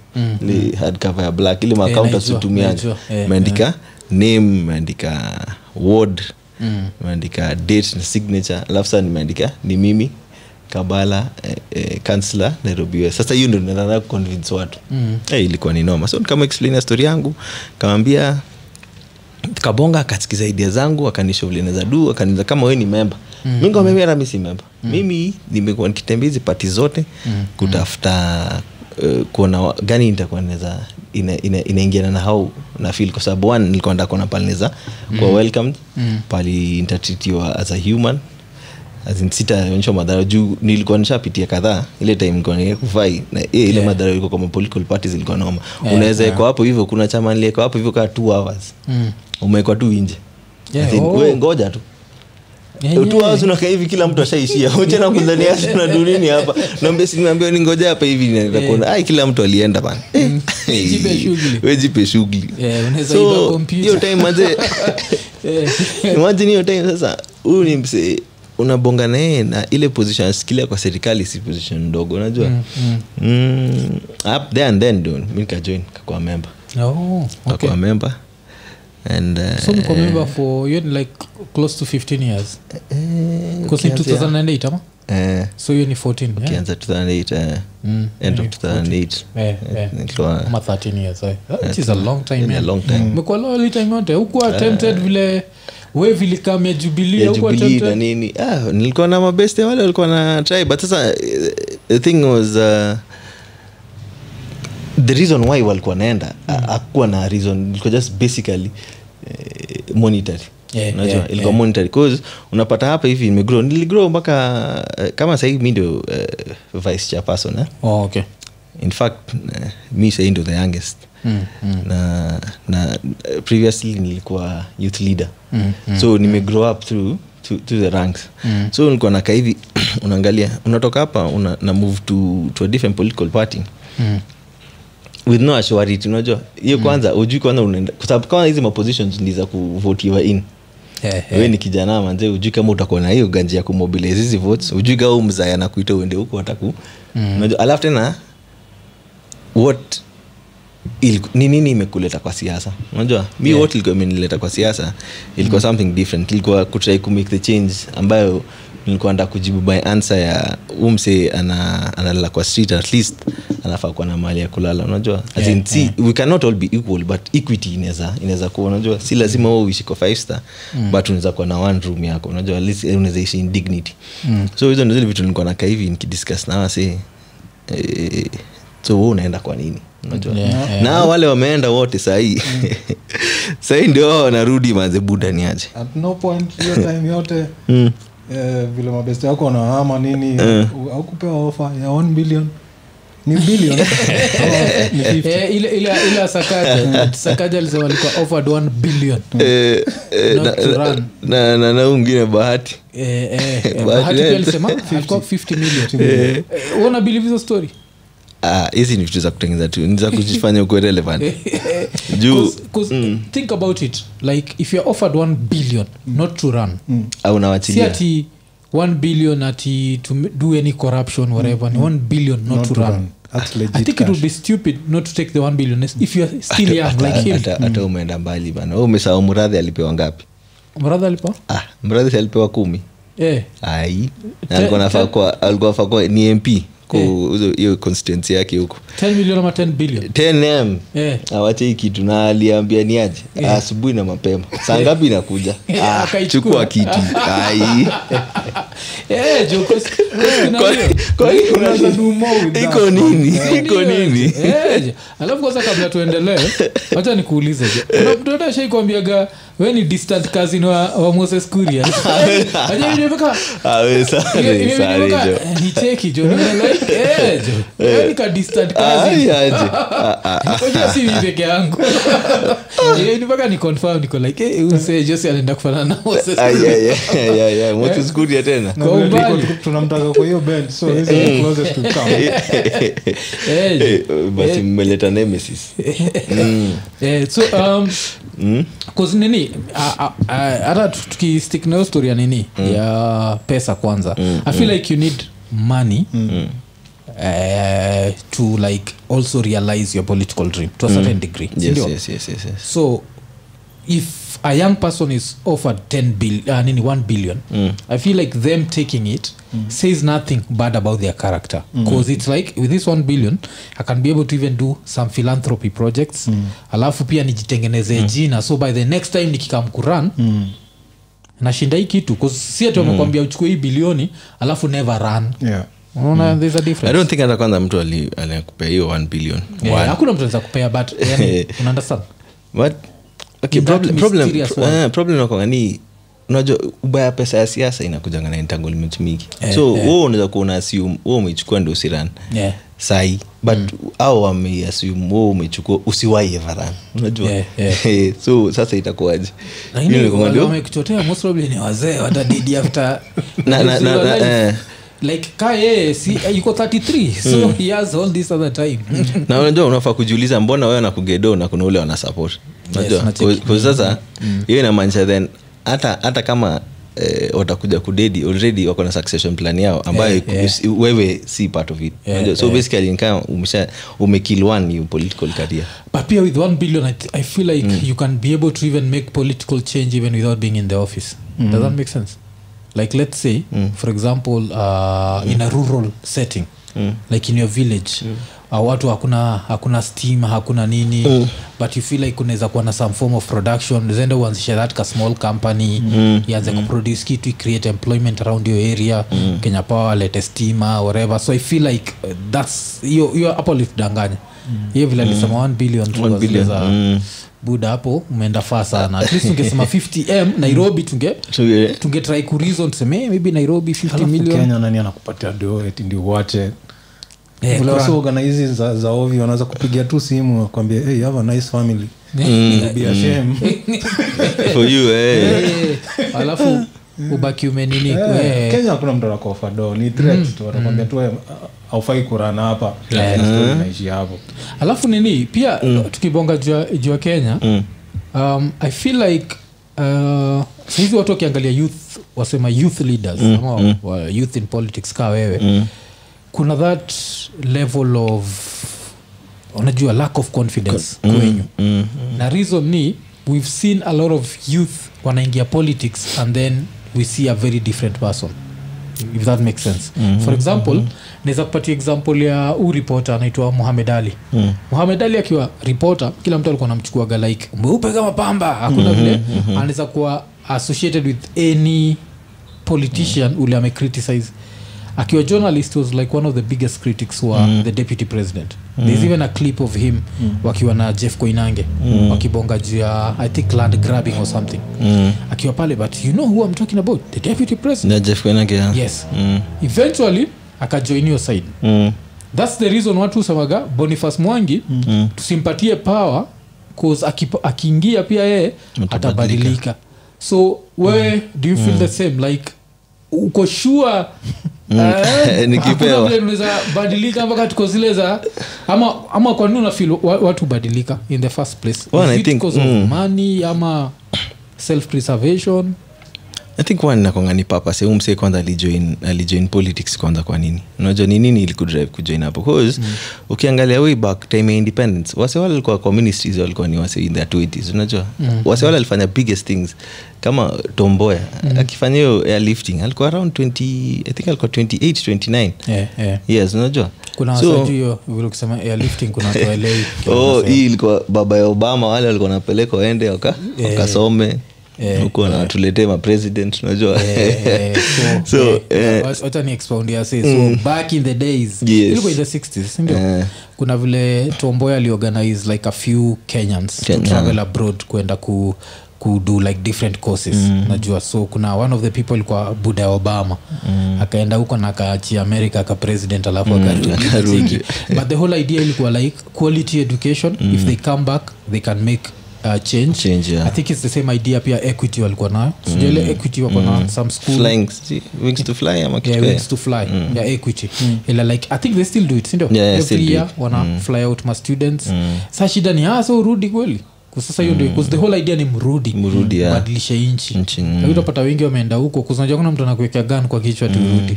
ile hard cover ya black ile makaunta Mm. Eh, naijua, situmiaje naijua, eh, meandika name meandika word mm, meandika date na signature alafu saa nimeandika ni mimi kabala eh, eh, kansla nairobi West. sasa hiyo ndo nanaa kuconvince watu mm. hey, ilikuwa ni noma so kama explain ya story yangu kawambia kabonga akasikiza idea zangu akanisha vile naeza du akaniza kama we ni memba mm. mingo mimi hata mi si memba mm. mimi nimekuwa nikitembea hizi pati zote mm. kutafuta uh, kuona wa- gani nitakuwa naeza ina- ina- inaingiana na hau na fil kwa sababu one nilikuwa nataka kuona pali naeza kuwa welcomed mm. pali nitatritiwa as a human As in, sitaonyeshwa madhara juu nilikuwa nishapitia kadhaa ile time nilikuwa nile kufai na eh, ile yeah. madhara ilikuwa kwa political parties ilikuwa noma yeah, unaweza yeah. hapo hivyo kuna chama niliekwa hapo hivyo kaa two hours Mm. umewekwa tu inje Yeah, As in, oh. we ngoja tu Yeah, tu hours unakaa hivi kila *laughs* mtu ashaishia uchana kuzania na dunini hapa naambia sinaambia ningoja hapa hivi nitakuona ai kila mtu alienda bana Eh, Mm. *laughs* Jipe shughuli. wejipe shughuli Yeah, unaweza iba so computer. *laughs* hiyo time manze Eh, imagine hiyo time sasa huyu ni msee unabonga na yeye na ile position asikilia kwa serikali si position ndogo unajua mm, mm. up there and then ndio mi nikajoin kakuwa member Oh, okay. kakuwa member and uh, so mko member for you like close to 15 years eh, because ni ukianzia- 2008 ama eh, so hiyo ni 14 yeah? ukianza 2008 eh, end of 2008 Mm. Eh, eh. nilikuwa- ama 13 years eh? That is a long time Mm. in a man. long time Eh. umekuwa loyal time yote hukuwa tempted vile we vilikam ya jubilee ya hukuwa jubilii na tempted? nini ah, nilikuwa na mabeste wale walikuwa na try but sasa eh, the thing was uh, the reason why walikuwa naenda mm. akuwa na reason ilikuwa just basically eh, monetary Yeah, Unajua, yeah, ilikuwa monetary cause unapata hapa hivi nimegrow niligrow mpaka eh, kama sahii mi ndio eh, vice chairperson eh? Oh, okay. in fact eh, mi sahii ndio the youngest Mm, mm. na, na eh, previously nilikuwa youth leader mm, mm, so nimegrow up through to, to the ranks mm. so nilikuwa nakaa hivi *clears throat* unaangalia unatoka hapa una, na move to, to a different political party Mm. with no assurity unajua hiyo kwanza mm. ujui kwanza unaenda kwa sababu kama hizi mapositions ni za kuvotiwa in Eh, eh. we ni kijana manze ujui kama utakuwa na hiyo ganji ya kumobilize hizi votes ujui kaa u mzaya na kuita uende huko hataku mm. alafu tena what iliku- ni nini imekuleta kwa siasa unajua mi yeah. what ilikuwa imenileta kwa siasa ilikuwa mm. something different ilikuwa kutrai kumake the change ambayo nilikuwa nda kujibu by answer ya umse ana analala kwa street at least anafaa kuwa na mali ya kulala unajua as in, si, we cannot all be equal but equity inaweza inaweza kuwa unajua si lazima wewe uishi kwa five star Mm-hmm. mm. but unaweza kuwa na one room yako unajua at least eh, unaweza ishi in dignity mm. so hizo ndio zile vitu nilikuwa nakaa hivi nikidiscuss na wase eh, so wewe unaenda kwa nini unajua Yeah, Mm. yeah. na hao wale wameenda wote sahii *laughs* sahii ndio hao wanarudi manze buda ni aje at no point hiyo time yote eh, vile mabeste yako wanahama nini au- haukupewa ofa ya 1 billion ni billion Ama ni 50. Eh, ile- ile- ile ya *laughs* sakaja sakaja alisema alikuwa offered 1 billion Eh, eh, Mm. Not na- to na- run. na- na- na huyu mwingine bahati Eh, *laughs* eh, eh, Bahati bahati pia wewe. alisema alikuwa 50 *laughs* million Eh, wana believe hizo story Ah, hizi ni vitu za kutengeza tu ni za kujifanya *laughs* ukuwe relevant juu Cause- cause Mm. think about it like if you're offered 1 billion Mm. not to run au si nawachilia ati 1 billion ati to m- do any corruption whatever ni 1 billion not, Mm. Not to to run, run. That's legit i think it would cash. be stupid not to take the 1 billion if you're still young Hata- like Mm. him hata- hata umeenda mbali bana Wewe umesahau mradhi alipewa ngapi brother alipo ah, mradhi si alipewa kumi eh ai Te- na alikuwa nafaa te- Eh. kuwa- alikuwa nafaa kuwa ni mp kwa hizo- hiyo constituency yake huko 10 million ama 10 billion 10m eh *laughs* awache hii kitu na aliambia ni aje asubuhi na mapema saa *laughs* ngapi inakuja Yeah, ah, Eh, akaichukua. chukua kiti Ai. *laughs* eh jo cause- cause kuna Kwa- hiyo. kwa hiyo Unaweza nini? nuno with that. iko nini iko Oh, Ndio, nini eh, je. alafu kwanza kabla tuendelee wacha nikuulize je. *laughs* kuna mtu yote ashaikwambiaga we ni distant cousin wa, wa moses *laughs* kuria Ah, we, sorry, sorry, jo. nicheki eh, jo *laughs* Nimelike, eh, jo. We ni ka distant cousin. Ai, aje. Ah, ah, ah. Unajua si mimi peke *laughs* yangu Eh, ni mpaka ni confirm niko like eh, huyu msee Jose anaenda kufanana na Moses Ai, ai, ai, ai, ai. Eh. Mwache sikuria tena Na Kwa vile tuko- umbali. tuko- tunamtaka kwa hiyo bench so hizo ni closest to come Eh, jo. Eh, basi mmeleta nemesis Eh, so um, Hmm? cause nini ah, ah, ah, hata tu- tukistick nayo story ya nini Hmm. ya pesa kwanza i feel like you need money Hmm. eh, to like also realize your political dream to a certain degree Hmm. yes, sindio? yes, yes, yes, yes. so if a young person is offered 10 bill, uh, nini, 1 billion Mm. i feel like them taking it says nothing bad about their character because it's like with this 1 billion i can be able to even do some philanthropy projects alafu pia Mm. nijitengeneze jina so by the next time nikikamkuran mm nashinda hii kitu 'cause si ati wamekwambia Mm. uchukue hii bilioni alafu never run yeah unaona there's a i difference don't think hata kwanza mtu ali- alikupea hiyo 1 billion Eh, One. hakuna mtu anaweza kupea but *laughs* yani, una understand But, okay, That problem, problem, mysterious pro- eh, problem nakwanga ni unajua ubaya pesa ya siasa inakujanga na entanglement mingi so yeah. wo unaweza kuona assume wo umeichukua ndo usiran Eh, Yeah. sai but mm. au wameassume wo umeichukua usiwai everan unajua Yeah, yeah. Eh, *laughs* so sasa itakuwaje Lakini Hiyo inakuwanga wale ndio- wamekuchotea most probably ni wazee watadidi after *laughs* Na- na- na- na- eh. Mm. like ka yeye si eh, yuko 33 so he has all this other time *laughs* na unajua unafaa kujiuliza mbona wewe nakugedo na kuna ule wanasupport nacheki. unajua yes, sasa hiyo inamaanisha then hata hata kama eh, watakuja kudedi already wako na succession plan yao ambayo Eh, iku- eh. si- wewe si part of it Eh, Unajua, so eh. basically nikaa umesha umekill one your political career but pia with one billion i, th- I feel like mm. you can be able to even make political change even without being in the office mm. does that make sense like let's say mm. for example uh, mm. in a rural setting mm. like in your village mm. uh, watu hakuna hakuna steam hakuna nini mm. but you feel like unaweza kuwa na some form of production zende uanzishe that ka small company mm. ianze mm. kuproduce kitu create employment around your area mm. kenya power lete stima whatever so i feel like uh, thats hiyo hiyo hapo liftdanganya hiyo vile alisema 1 billion tu Mm. One kwa zile billion, za mm. buda hapo umeenda faa sana at least *laughs* ungesema 50m nairobi tunge *laughs* so, eh, tungetry kurizon tuseme "Eh, maybe nairobi 50 Alafu million kenya nani anakupatia doet ndio uache *laughs* Eh, Wale kwa- *laughs* wasio organize za, za ovyo wanaweza kupiga tu simu wakwambia hey, you have a nice family You'll be ashamed." for you eh. Eh, *laughs* alafu ubaki umenini Eh, eh, Mm. kenya hakuna mtu anakofa do ni threat tu watakwambia tu "Eh, haufai kurana hapa Yeah. Na story inaishi hapo alafu nini pia tukibonga juu ya- juu ya kenya um, i feel like uh, sahizi watu wakiangalia youth wasema youth leaders ama wa- wa youth in politics kaa wewe kuna that level of unajua lack of confidence kwenyu na reason ni we've seen a lot of youth wanaingia politics and then we see a very different person if that makes sense mm-hmm. for example mm-hmm. naweza kupatia example ya huu ripota anaitwa muhamed ali mm. muhamed ali akiwa ripota kila mtu alikuwa anamchukuaga like mweupe kama pamba hakuna mm-hmm. vile anaweza kuwa associated with any politician mm. ule amecriticize akiwa journalist was like one of the biggest critics wa mm. the deputy president mm. there's even a clip of him mm. wakiwa na jeff koinange mm. wakibonga juu ya i think land grabbing or something mm. akiwa pale but you know who i'm talking about the deputy president Na Jeff Koinange, ah. yes Mm, eventually akajoin hiyo side mm, thats the reason watu usemaga boniface mwangi mm. tusimpatie power cause akipo- akiingia pia yeye Atabadilika. atabadilika so wewe Mm. do you feel the same like uko sure eh, Mm. *laughs* Nikipewa. hakuna vile unaweza badilika mpaka tuko zile za ama, ama kwa nini unafil watu hubadilika in the first place Well, Is I it think- cause of mm. money ama self preservation i think one inakwanga ni papa sehuu msee kwanza alijoin alijoin politics kwanza kwa nini unajua ni nini ilikudrive kujoin hapo bcause mm. ukiangalia way back time ya independence wase wale walikuwa kwa ministries walikuwa ni wase in their 20s unajua mm. wase wale alifanya biggest things kama tomboya mm. akifanya hiyo airlifting alikuwa around 20 i think alikuwa 28 29 yeah, yeah. yes unajua kuna wasatu hiyo vile ukisema airlifting kuna watu waelewi kile *laughs* oh, wanasema. hii ilikuwa baba ya obama wale walikuwa napeleka waende waka, Eh. wakasome Eh. huku wanatuletee mapresident unajua Eh, *laughs* eh, so, So, eh, eh. mm. wacha- wacha ni expound ya say. So, back in the days Yes. ilikuwa in the 60s sindio Eh. kuna vile tomboy aliorganize like a few kenyans Kenya. to travel abroad kwenda ku kudo like different courses mm. najua so kuna one of the people ilikuwa buda ya obama mm. akaenda huko na akaachia america aka president alafu Mm. *laughs* akarudi. akarudi but the whole idea ilikuwa like quality education mm. if they come back they can make uh, change, Change, yeah. Mm. i think it's the same idea pia equity walikuwa nayo sijuaile equity wako na some school flying si- wings to fly ama kitu yeah, ka- wings to fly mm. yeah, equity ila like i think they still do it sindio Yeah, yeah, still every do year it. Mm. wana fly out ma students sa shida ni ah, so urudi kweli 'Cause sasa hiyo ndio 'cause the whole idea ni mrudi Mrudi, Mm. yeah. badilishe inchi Nchi, mm. lakini utapata wengi wameenda huko kuzinajua kuna mtu anakuwekea gan kwa kichwa turudi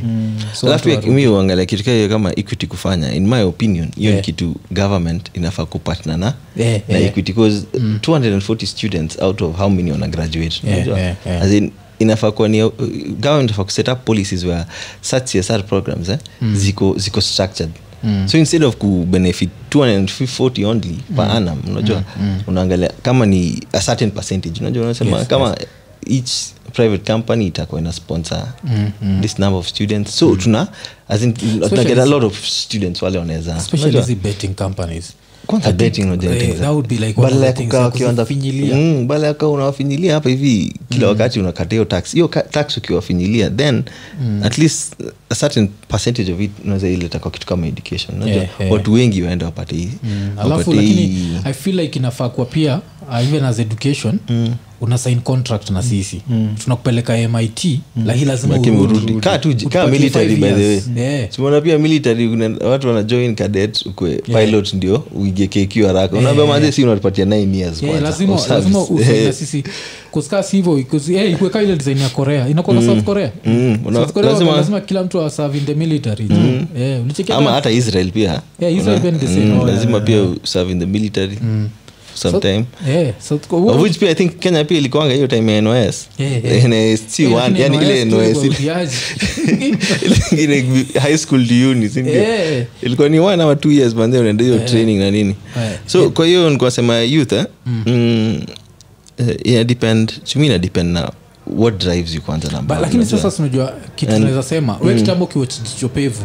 so Mm. alafu watu pia warudi. mi uangalia kitu kaa hiyo kama equity kufanya in my opinion hiyo ni Yeah. kitu government inafaa kupatna na Yeah, na yeah. Mm. equity bcause 240 students out of how many wana graduate Yeah, unajua? yeah, yeah. As in, inafaa kuwa ni uh, government inafaa kuset up policies where such csr programs eh, Hmm. ziko ziko structured so instead of kubenefit 240 only Hmm. per annum unajua unaangalia kama ni a certain percentage unajua unasema Yes, kama each private company itakuwa ina sponsor Hmm, this number of students so tuna as in, tuna get a lot of students wale wanaweza especially unajua? hizi betting companies kwanza I think, betting unajua eh, ni things za- that would be like one of badala the ya things kukaa ya ukiwa under- kuzifinyilia. Mm. Mm, badala ya kukaa unawafinyilia hapa hivi kila wakati unakatia hiyo tax hiyo ka- tax ukiwafinyilia then Mm. at least a certain percentage of it unaweza ileta kwa kitu kama education unajua Yeah, yeah. watu wengi waende wapate hii alafu wapate lakini hii i feel like inafaa kuwa pia uh, even as education mm. una sign contract na sisi mm. tunakupeleka mit mm. lakini lazima Lakini urudi. urudi. Kaa tu- Utupatie kaa military, five by the years. way. Yeah. simaona pia military kuna watu wana join cadet ukwe pilot ndio uige kq haraka unaambia manze si unatupatia 9 years Yeah, kwanza, lazima of service. lazima Eh, usaidia sisi kusika sivyo ikuweka eh, ile design ya korea inakuwa na south korea mm, una- South Korea lazima- Mm. wako- lazima kila mtu aserve in the military tu. Eh, ulichekia ama kama- hata israel pia Yeah, Israel Una- pia ni the mm, same. Oh, lazima pia serve in the military Mm. sometime Eh, South Korea- of which pia i think kenya pia ilikwanga hiyo time ya nos Yeah, yeah. NIST Eh, one, lakini yani ile NYS tu *laughs* nos ile- ubautiaji. *laughs* ile high school uni sindio Eh. ilikuwa ni one ama two years manze unaenda hiyo training na nini Eh. so kwa hiyo nikwasema youth eh, mm, eh, ina depend to me ina depend na what drives you kwanza na But mbali, lakini unajua. mm. sasa sinajua kitu naweza sema we kitambo kiwachicho pevu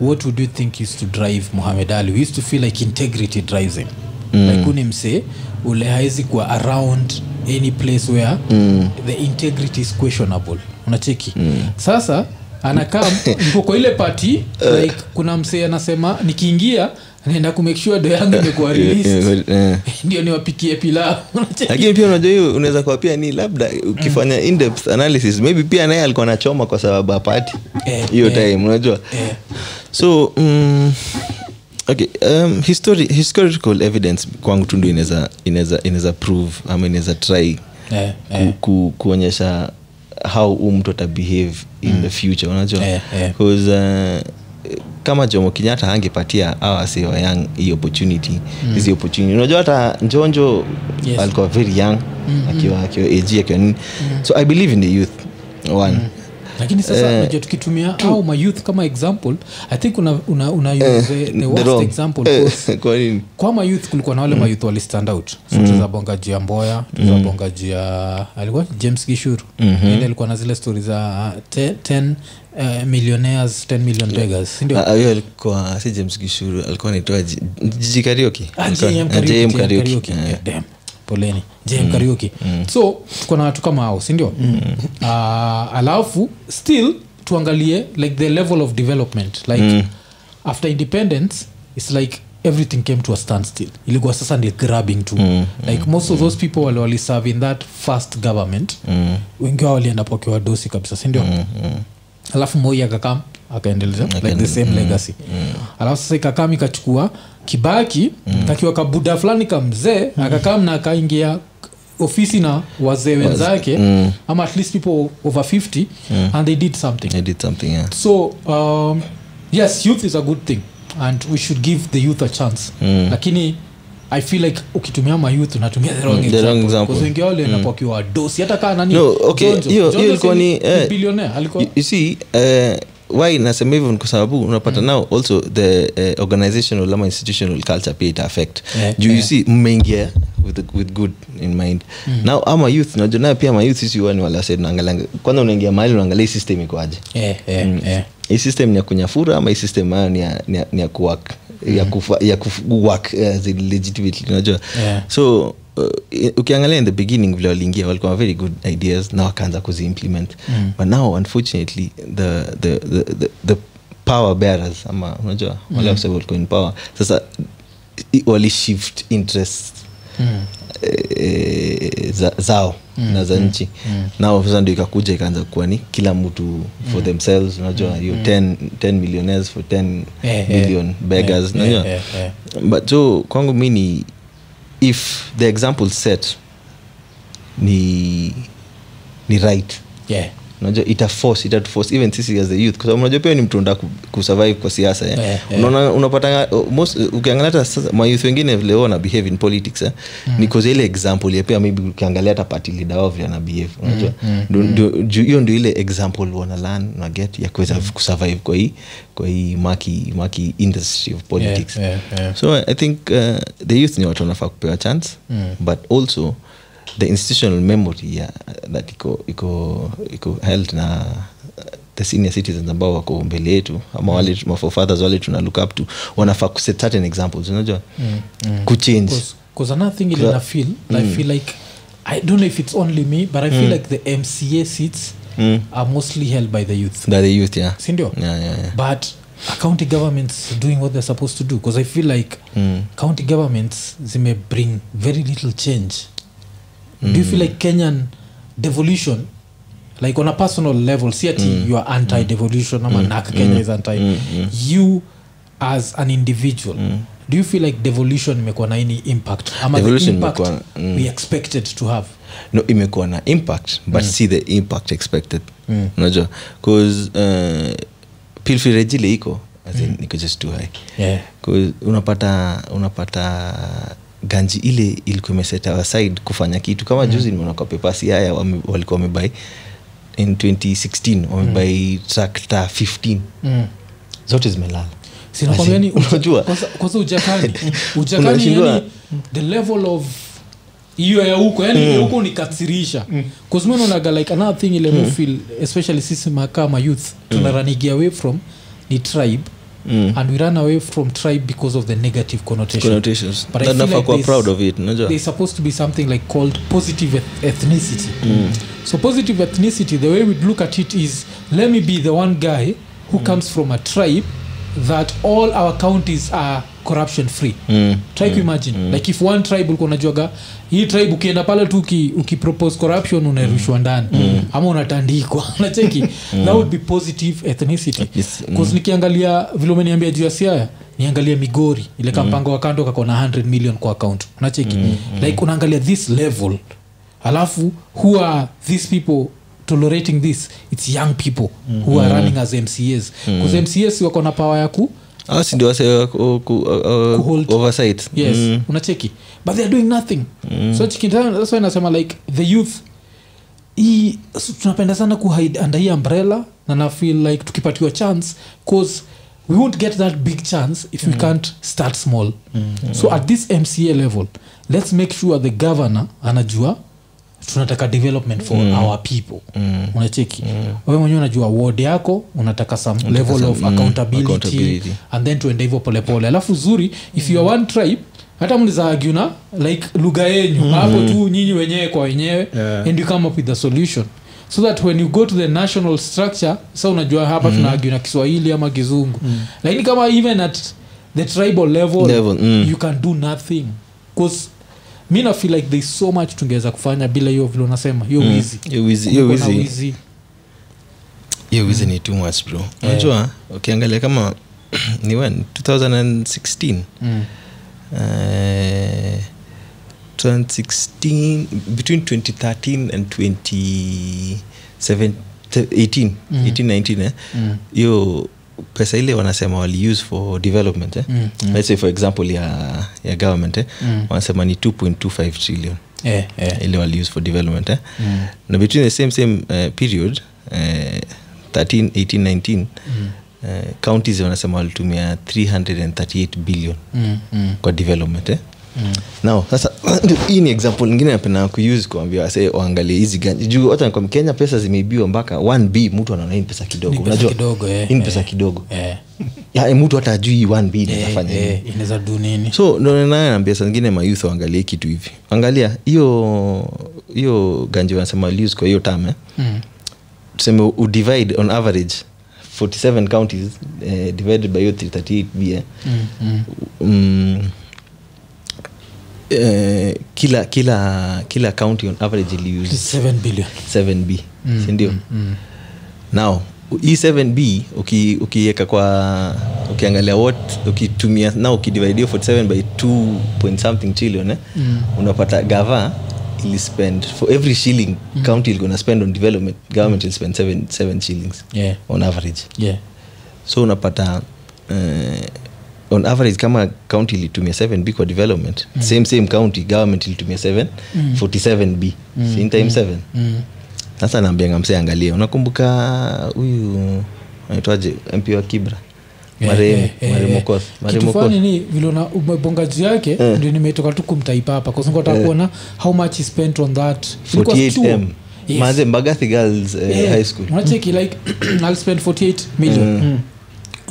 what would you think is to drive muhamed ali we used to feel like integrity drives him Mm. like uni msee ule hawezi kuwa around any place where Mm. the integrity is questionable unacheki sasa anakaa *laughs* niko kwa ile pati Eh. like kuna msee anasema nikiingia naenda kumake sure do yangu *laughs* imekuwa Eh, eh, released eh. *laughs* ndio niwapikie pilau *laughs* unacheki lakini pia unajua hiyo unaweza kuwa pia ni labda Mm. ukifanya in-depth analysis maybe pia naye alikuwa anachoma kwa sababu apati Eh, hiyo eh, time unajua eh. so mm, okay um, histori historical evidence kwangu tu ndio inaweza inaweza inaweza prove ama inaweza try Eh, ku, ku, kuonyesha how huu mtu atabehave in the future unajua Mm. Eh, eh. 'Cause, uh, kama jomo kenyatta angepatia awasewa young hii opportunity hizi opportunity unajua hata njonjo Mm. Yes. Mm-hmm. alikuwa very young akiwa akiwa ag akiwa nini so i believe in the youth one Mm-hmm. lakini Eh, sasa unajua tukitumia au mayouth kama example i think una, una, una use the, the worst Eh, wrong. example Eh, Mm. cause *laughs* kwa nini kwa mayouth kulikuwa na wale mayouth wali stand out Mm. so tuzabonga juu ya mboya tuzabonga juu ya alikuwa james gishuru Mhm. mm-hmm. alikuwa na zile stori za 10 uh, millionaires 10 million beggars sindio Ah, ah, hiyo alikuwa si james gishuru alikuwa anaitwa Ji- jiji karioki Ah, Alikuwa- JM ah, Kariuki, JM JM Kariuki. Kariuki. Eh. Yeah, damn. poleni jm karaoke so tuko na watu kama hao sindio Ah, alafu still tuangalie like the level of development like after independence its like everything came to a standstill ilikuwa sasa ni grabbing to like most of those people wale waliserve in that first government wengi wao walienda pokiwa dosi kabisa sindio alafu moi akakam akaendeleza like the Mm. same legacy alafu sasa ikakam ikachukua kibaki Mm. kakiwa kabuda fulani kamzee akakam na akaingia ofisi na wazee wenzake Mm. ama at least people over 50 and they did something Eh, I did something, Mm. yeah. so um, yes youth is a good thing and we should give the youth a chance Mm. lakini i feel like ukitumia mayouth unatumia the wrong Mm, the wrong example. example. Mm. 'Cause wengi wao walienda kwa kiwa dosi hata kaa nani No, okay, Jonjo. hiyo- hiyo Jonjo ilikuwa si ni, eh, billionaire, alikuwa You- you see eh, why nasema hivyo ni kwa sababu Mm. unapata now also the eh, organizational ama institutional culture pia ita affect Eh, juu you eh. Mm. see mmeingia with, the- with good in mind now ama youth najua nayo pia mayouth sisi huwa ni walase naangalia kwanza unaingia mahali unaangalia hii system ikoaje eh, eh, eh. Mm. hii system ni ya kunyafura ama hii system ayo ni ya, ni ya, ni ya kuwak Mm. ya kufa, ya kuwak legitimately unajua Yeah. so uh, i- ukiangalia in the beginning vile waliingia walikuwa na very good ideas na wakaanza kuziimplement mm. but now unfortunately the, the, the, the, the power bearers ama unajua wale mm. walikuwa in power sasa i- walishift interest Mm. eh, za, zao mm, na za nchi mm, nao sasa ndio ikakuja ikaanza kuwa ni kila mtu Mm. for themselves unajua hiyo 10 10 millionaires for 10 Eh, million beggars eh, unajua eh, eh. but so kwangu mi ni if the example set ni ni right Yeah. unajua itaforce itatuforce even sisi as the youth kwa sababu unajua pia ni mtu unataka ku- kusurvive kwa siasa eh. Eh, eh. unaona unapata most uh, ukiangalia hata sasa mayouth wengine vile wao wana behave in politics eh. Mm. ni cause ile example ya pia maybe ukiangalia hata party leader wao vile ana behave unajua Mm, Ndio- ndio- juu- hiyo ndio ile example wana learn na get ya kuweza Mm. kusurvive kwa hii kwa hii maki maki industry of politics Yeah, yeah, yeah. so i think uh, the youth ni watu wanafaa kupewa chance mm. but also the institutional memory ya that iko iko iko held na uh, the senior citizens ambao wako mbele yetu ama wale tu- maforefathers wale tuna look up to wanafaa kuset certain examples unajua mm. mm. kuchange because another thing ile na feel i Mm. feel like i don't know if it's only me but i feel like the mca seats Mm. are mostly held by the youth that the youth yeah sindio yeah yeah, yeah. but county governments doing what they're supposed to do because i feel like county governments zime bring very little change mm. do you feel like kenyan devolution like on a personal level see ati mm. you are anti devolution ama mm. nak kenya mm. is anti mm. you as an individual mm. do you feel like devolution imekuwa na any impact ama Devolution the impact imekuwa- mm. we expected to have no imekuwa na impact but mm. see the impact expected mm. unajua bcause uh, pilfirage ile iko as in, iko just too high Yeah. 'Cause unapata unapata ganji ile ilikuwa imeset aside kufanya kitu kama mm. juzi nimeona kwa pepasi haya wame, walikuwa wamebai in 2016 wamebai mm. trakta 15 mm. zote zimelala sinakwambiani unajua? kwanza *laughs* ujakani ujakani Unashindwa. yani the level of hiyo ya huko yani mm. huko nikasirisha kuzminonaga like another thing ile mm. feel especially sisi ma- kama youth tunaranigia away from ni tribe Mm. and we run away from tribe because of the negative connotation connotations But I Na- feel nafaa like kuwa this- proud of it unajua there's supposed to be something like called positive eth- ethnicity so positive ethnicity the way we look at it is let me be the one guy who comes from a tribe that all our counties are corruption free Mm. try kuimagine like if one tribe ulikuwa unajuaga hii tribe ukienda pale tu uki- ukipropose corruption unarushwa Mm. ndani ama unatandikwa *laughs* unacheki that would be positive ethnicity Yes, mm. 'Cause nikiangalia vile umeniambia juu ya siaya niangalie migori Mm. ile kampango wa kando kakona 100 million kwa account unacheki mm. like unaangalia this level alafu who are these people tolerating this its young people Mm, who are running as mcas bcause mcas wako na power ya ku Ah, si ndio wase ku- ku- uh, Kuhold. oversight yes mm. unacheki but theyare doing nothing mm. so chikintana- that's why nasema like the youth hii s- tunapenda sana kuhide under hii umbrella na na feel like tukipatiwa chance cause we won't get that big chance if we can't start small so at this mca level let's make sure the governor anajua tunataka development for our people unacheki wewe mwenyewe unajua ward yako unataka some level some- of mm, accountability, accountability. and then tuende hivyo polepole alafu zuri if you are one tribe hata mlizaaguna like lugha yenyu hapo tu nyinyi wenyewe kwa wenyewe Yeah. and you come up with a solution so that when you go to the national structure sa unajua hapa mm. tunaaguna kiswahili ama kizungu lakini kama even at the tribal level, Level, mm. you can do nothing bcause mi na feel like there's so much tungeweza kufanya bila hiyo vile unasema hiyo Mm. wizi Hiyo wizi- hiyo Kumekuwa na wizi- wizi. hiyo wizi ni too much bro unajua ukiangalia kama *clears throat* ni when 2016 Mm. eh, 2016 between 2013 and 2017 18 Mm. 18 19 eh, Mm. hiyo pesa ile wanasema waliuse for development eh? Mm. let's say for example ya, ya government eh? Mm. wanasema ni 2.25 trillion Eh, eh. ile waliuse for development eh? Mm. na between the same same uh, period uh, 13 18 19 Mm. uh, counties wanasema walitumia 338 billion Mm, mm, kwa development eh? mm. now sasa *clears throat* ndio, hii ni example nyingine napenda kuuse kuambia wase waangalie hizi gani juu hata kwa mkenya pesa zimeibiwa mpaka 1b mtu anaona hii ni pesa kidogo Ni pesa unajua kidogo, eh, hii ni pesa eh, kidogo eh. yeah. mtu hata ajui hii Eh, 1b inafanya nini eh, inaweza du nini so naambia sangine mayouth waangalie kitu hivi angalia hiyo hiyo ganji wanasema waliuse kwa hiyo tam eh? Mm. tuseme u- udivide on average 47 counties eh, divided by hiyo 338 b eh? Mm, mm. mm, eh, kila kila kila county on average iliuse 7 billion 7b Mm, sindio mm. now hii 7b uki- ukiweka kwa ukiangalia what ukitumia na ukidividio 47 by 2 point something trillion eh? Mm. unapata gava ilispend for every shilling mm. county ilikona spend on development government mm. spend 7, 7 shillings Yeah, on average yeah. so unapata uh, on average kama county ilitumia 7b kwa development mm. same same county government ilitumia 7 mm. 47b mm. sin time 7 Mm. sasa naambianga msee angalia unakumbuka huyu anaitwaje mp wa kibra Yeah, marehemu yeah, yeah, marehemu yeah. Okoth, marehemu eh, Kitu Eh. Okoth. fulani ni vile una- umebongaji yake ndio nimetoka tu kumtaipa hapa kuzingota Eh. kuona how much he spent on that Ilikuwa 48m chuo. Yes. manze mbagathi girls eh, Yeah. high school Mm. unacheki like *clears throat* i'll spend 48 million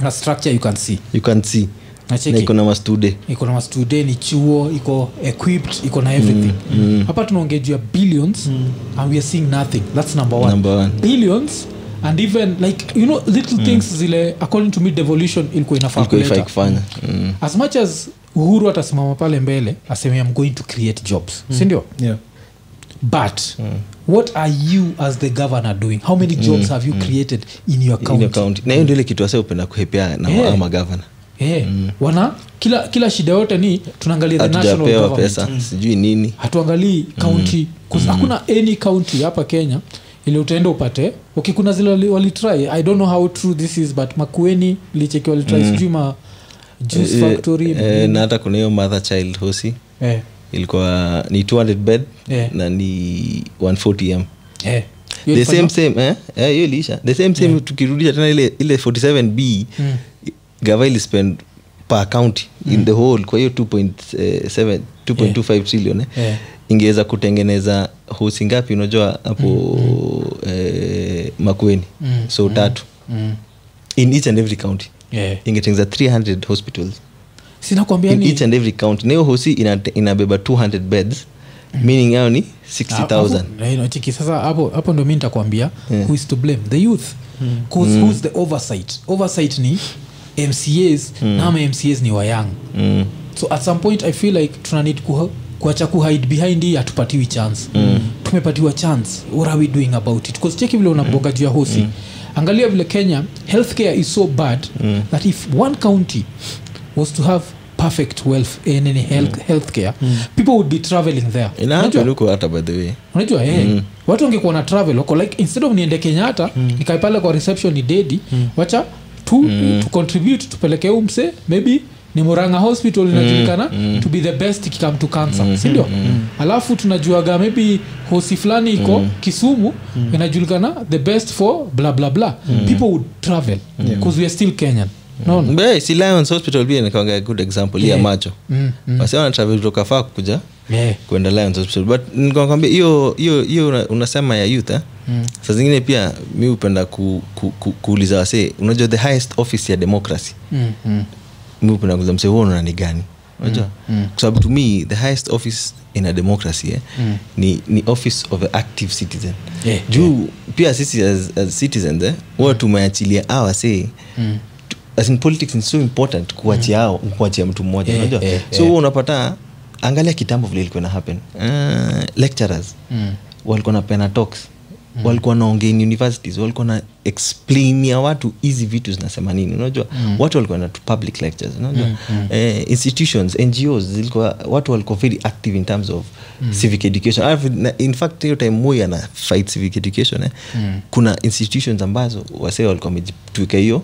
na structure you can see you can see na unacheki iko na mastude iko na mastude ni chuo iko equipped iko na everything Mm, hapa tunaongea juu ya billions and we are seeing nothing that's number one Number one. billions and even like you know little things zile according to me devolution ilikuwa inafaa iko ifai kuleta kufanya mm. as much as uhuru atasimama pale mbele aseme am going to create jobs sindio yeah. but Mm. what are you as the governor doing how many jobs have you created in your Mm. In county, your county. na hiyo ndio ile kitu wase upenda kuhepea na Yeah. yeah. magavana Eh, wana kila kila shida yote ni tunaangalia the national Mm. hatujapewa government. Mm. pesa sijui nini hatuangalii kaunti Mm-hmm. mm. hakuna any kaunti hapa kenya ili utaenda upate okay kuna zile wali- walitry i don't know how true this is but makueni licheki walitry mm. sijui ma juice Mm-hmm. Eh, factory eh, na hata kuna hiyo mother child hosi eh, ilikuwa ni 200 bed Yeah. na ni 140 m eh. Hiyo the ilifanywa- same same eh? Eh, hiyo iliisha the same same tukirudisha tena ile ile 47 b Mm. gava ilispend per county in the whole kwa hiyo eh, 2.7 2.25 trillion eh? Yeah. ingeweza kutengeneza hosi ngapi unajua hapo eh, makueni Mm. so tatu mm. in each and every county eh. ingetengeza 300 hospitals sina kuambia in each ni and every county na hiyo hosi ina, inabeba 200 beds meaning yao ni 60000 Hapo- eh, no, chiki sasa hapo hapo ndio mi nitakwambia who is to blame the youth cause who's the oversight oversight ni mcas na ama mcas ni wayang mm. so at some point i feel like tuna need kuha- kuacha kuhide behind hii hatupatiwi chance mm. tumepatiwa chance what are we doing about it bcause cheki vile unaboga juu ya hosi mm. angalia vile kenya healthcare is so bad mm. that if one county was to have perfect wealth in any health, healthcare people would be traveling there Unajua- inahappen huko hata by the way unajua eh, watu wangekuwa na travel wako like instead of niende kenyatta mm. nikaipale kwa reception ni dedi mm. wacha tu, mm. tu contribute tupelekee umse maybe ni muranga hospital inajulikana mm. to be the best ikikam to cancer mm. sindio mm. alafu tunajuaga maybe hosi fulani iko mm. kisumu mm. inajulikana the best for bla bla bla mm. people would travel because we are still kenyan naona Mbe, si lions hospital pia inakwanga a good example hii ya Yeah. macho Mm, wasi wana travel kutoka faa kuja yeah. kwenda lions hospital but nikakwambia hiyo hiyo hiyo una- unasema ya youth eh? Mm. saa zingine pia mi hupenda ku, ku, ku, kuuliza wasee unajua the highest office ya democracy mm, mm. mi hupenda kuuliza msee huo unaona ni gani unajua kwa sababu to me the highest office in a democracy eh? ni, ni office of an active citizen Mm. Yeah. Mm. juu pia sisi as, as citizens eh? huwa tumeachilia awa see tu- as in politics is so important kuachia Mm. hao kuachia mtu mmoja Eh, unajua eh, so huwa unapata angalia kitambo vile ilikuwa ina happen uh, lecturers Mm. walikuwa na pena talks mm. walikuwa naongea in universities walikuwa na explainia watu hizi vitu zinasema nini unajua mm. watu walikuwa na tu public lectures unajua mm, mm. Eh, institutions ngos zilikuwa watu walikuwa very active in terms of mm. civic education Alafu na- in fact hiyo time moi ana fight civic education eh. mm. kuna institutions ambazo wasee walikuwa wamejitwika hiyo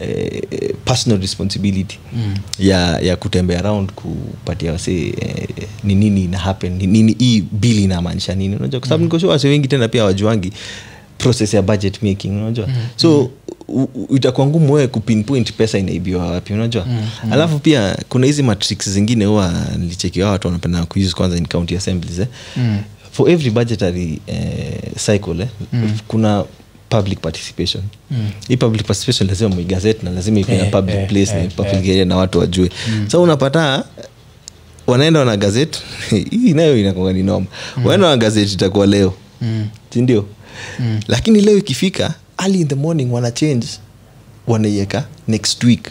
eh, eh, personal responsibility mm. ya, ya kutembea around kupatia wase eh, ni nini ina happen ni nini hii bili inamaanisha nini unajua kwa sababu niko sure wase wengi tena pia wajuangi process ya budget making unajua mm. so u- u- itakuwa ngumu wewe kupinpoint pesa inaibiwa wapi unajua mm. alafu pia kuna hizi matrix zingine huwa nilichekiwa watu wanapenda kuuse kwanza in county assemblies eh. mm. for every budgetary eh, cycle eh, mm. kuna public participation mm. hii public participation lazima muigazeti na lazima ikuwe na Eh, public eh, place na eh, public area na watu wajue mm. so unapata wanaenda wana gazeti *laughs* hii nayo inakonga ni noma mm. wanaenda wana gazeti itakuwa leo mm. sindio mm. lakini leo ikifika early in the morning wana change wanaiweka next week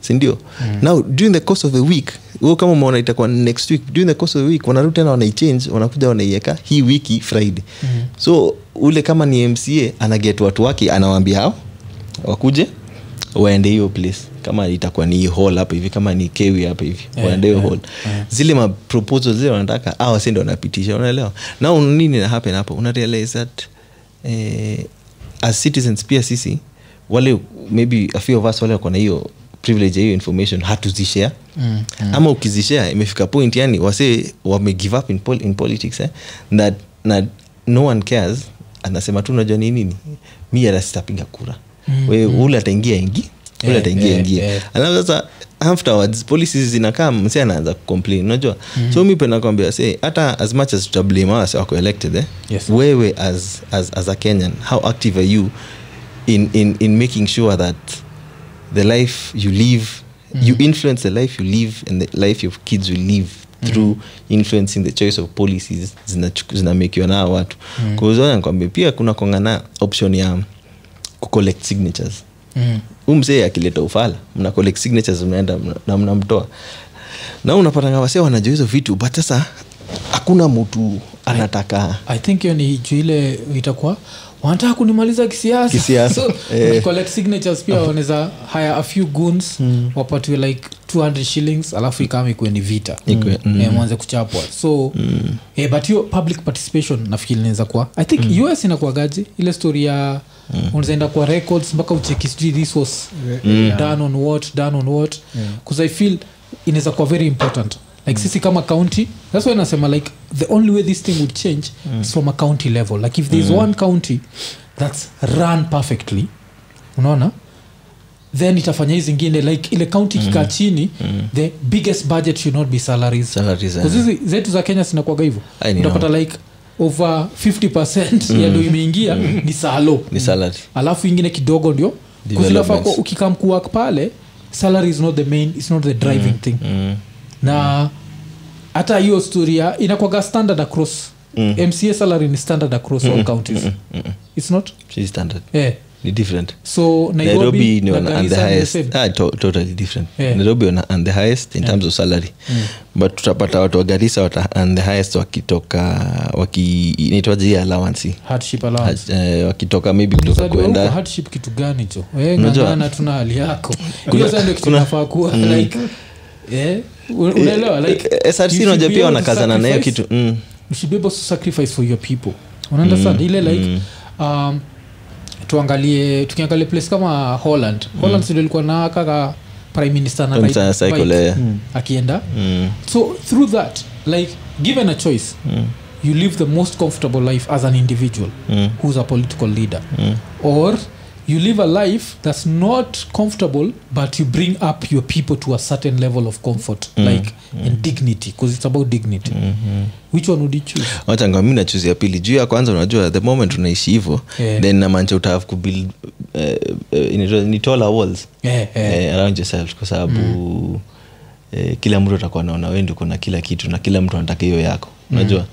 sindio mm. now during the course of the week huo kama umeona itakuwa next week during the course of the week wanarudi tena wanaichange wanakuja wanaiweka hii wiki friday mm. so ule kama ni mca anaget watu wake anawaambia hao wakuje waende hiyo place kama itakuwa ni hii hall hapa hivi kama ni kewi hapa hivi yeah, waende hiyo hall zile maproposal zile wanataka awa si ndo wanapitisha unaelewa na nini na happen hapo una realize that eh, as citizens pia sisi wale maybe a few of us wale wako na hiyo privilege ya hiyo information hatuzishare mm, mm. ama ukizishare imefika point yani wase wame give up in, pol in politics eh, that, that no one cares anasema tu unajua ni nini mi hata sitapiga kura mm, we ule ataingia ingi ule Eh, ataingia eh, ingia eh. alafu sasa afterwards policies zinakaa msi anaanza kucomplain unajua mm-hmm. so mi penda kwambia se hata as much as tutablame awase wako elected eh? Yes. wewe as, as, as a kenyan how active are you in, in, in making sure that the life you live mm-hmm. you influence the life you live and the life your kids will live through mm-hmm. influencing the choice of policies zinachuku- zinamekiwa zina nao watu mm-hmm. kuzonakwambia pia kuna kongana option ya kucollect signatures mm. huu mzee akileta ufala mna collect signatures mnaenda mna- na mnamtoa na unapatanga wasee wanajua hizo vitu but sasa hakuna mtu anataka i think hiyo ni juu ile itakuwa wanataka kunimaliza kisiasa Kisiasa, *laughs* so, eh. ukicollect signatures pia wanaweza hire a few goons Hmm. wapatiwe like 200 shillings alafu ikama ikuwe ni vita Ikuwe, Hmm. mm. eh, mwanze kuchapwa so eh, but hiyo public participation nafikiri inaweza kuwa i think Hmm. us inakuagaji ile story ya unazaenda kwa records mpaka ucheki sijui this was Hmm. done on what done on what because i feel inaweza kuwa very important like Hmm. sisi kama county that's why nasema like the only way this thing would change Hmm. is from a county level like if there's one county that's run perfectly unaona then itafanya hii zingine like ile county ikikaa chini the biggest budget should not be salaries salaries, eh. hizi zetu za kenya zinakuwaga hivyo Ai, ni utapata like over 50 ya ndo imeingia ni salo ni salary alafu ingine kidogo ndio kuzilafako Developments. ukikaa mkuwak pale salary is not the main is not the driving thing na hata hiyo story ya inakwaga standard across mca salary ni standard across all counties its not Si standard eh. ni different so nairobi, nairobi ni na on, on Garissa the ni the highest same. ah, to, totally different Yeah. Mm. nairobi on, on the highest in terms of salary but tutapata watu wa garisa wata, on the highest wakitoka waki inaitwaje hii allowance hardship allowance Eh, wakitoka maybe kutoka Mzaliwa Ah. huko, kuenda hardship kitu gani cho Eh, Unajua- Mm. ng'ang'ana tuna hali *laughs* yako hiyo sasa ndio kitu nafaa kuwa like eh, un- unaelewa like Eh, you src should naja be able pia to wanakazana nayo sacrifice- kitu mm. you should be able to sacrifice for your people unaunderstand ile Mm. like um, tuangalie tukiangalia place kama holland holland ndio ilikuwa na kaka prime minister na Mm. Prime ride Minister cycle, bike, eh. akienda Mm. so through that like given a choice you live the most comfortable life as an individual who's a political leader or you live a life that's not comfortable but you bring up your people to a certain level of comfort like and dignity because it's about dignity which one would you choose wacha ngwa mi nachuzi ya pili juu ya kwanza unajua the moment unaishi hivo Yeah. then namanisha utahave kubuild eh, eh, inaitwa- ni taller walls Eh, eh. eh, around yourself kwa sababu Mm. eh, kila mtu atakuwa naona wendi kuna kila kitu na kila mtu anataka hiyo yako Mm. unajua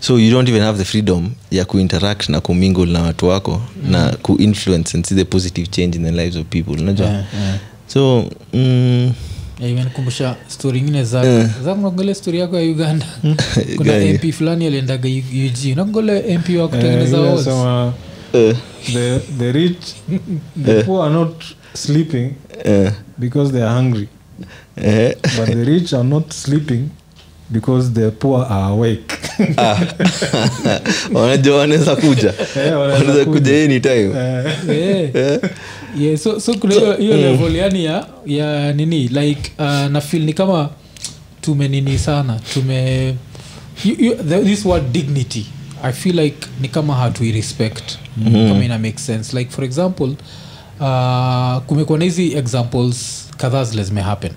so you don't even have the freedom ya kuinteract na kumingle na watu wako Mm. na kuinfluence and see the positive change in the lives of people unajua so mm, Yeah, imenikumbusha stori ingine zakonagole stori yako ya uganda kuna Gani? mp fulani aliendaga U- ug nakogole mp wa kutengeneza Eh, ile walls. sema, eh, the, the rich the poor are not sleeping eh, because they are hungry eh, *laughs* but the rich are not sleeping because the poor are awake ah. *laughs* wanajua wanaweza kuja Eh, wanaweza wanaweza kuja kuja. any time Eh, Eh. Yeah, so, so kuna hiyo- hiyo level yani ya, ya nini like uh, na feel ni kama tume nini sana tume you, you, the, this word dignity i feel like ni kama hatui respect kama ina make sense like for example uh, kumekuwa na hizi examples kadhaa zile zimehappen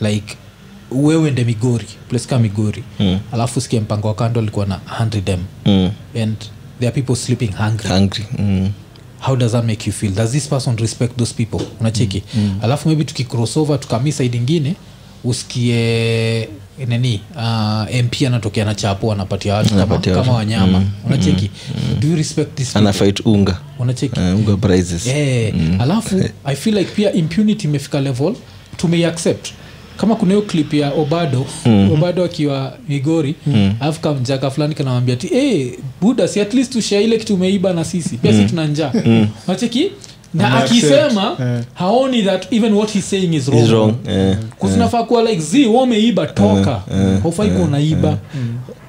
like wewe nde migori place kama migori alafu sikia mpango wa kando alikuwa na 100 m Mm, and there are people sleeping hungry hungry mm, how does that make you feel does this person respect those people unacheki mm. alafu maybe tukikrossover tukamii side ingine usikie eh, nini uh, mp anatokea na chapo anapatia watu kama, Anapatia watu. kama wanyama unacheki do you respect this people? anafight unga unacheki eh, unga prizes yeah. Eh, Mm. alafu *laughs* i feel like pia impunity imefika level tumeiaccept kama kuna hiyo clip ya obado Mm. obado akiwa migori alafu kamjaka fulani kanamwambia ti hey, buda si at least ushare ile kitu umeiba na sisi pia Mm. si tuna njaa nacheki na Wana accept. akisema Eh. haoni that even what he's saying is wrong, Is wrong. Eh. Eh. kusinafaa kuwa like z wameiba toka haufai kuwa unaiba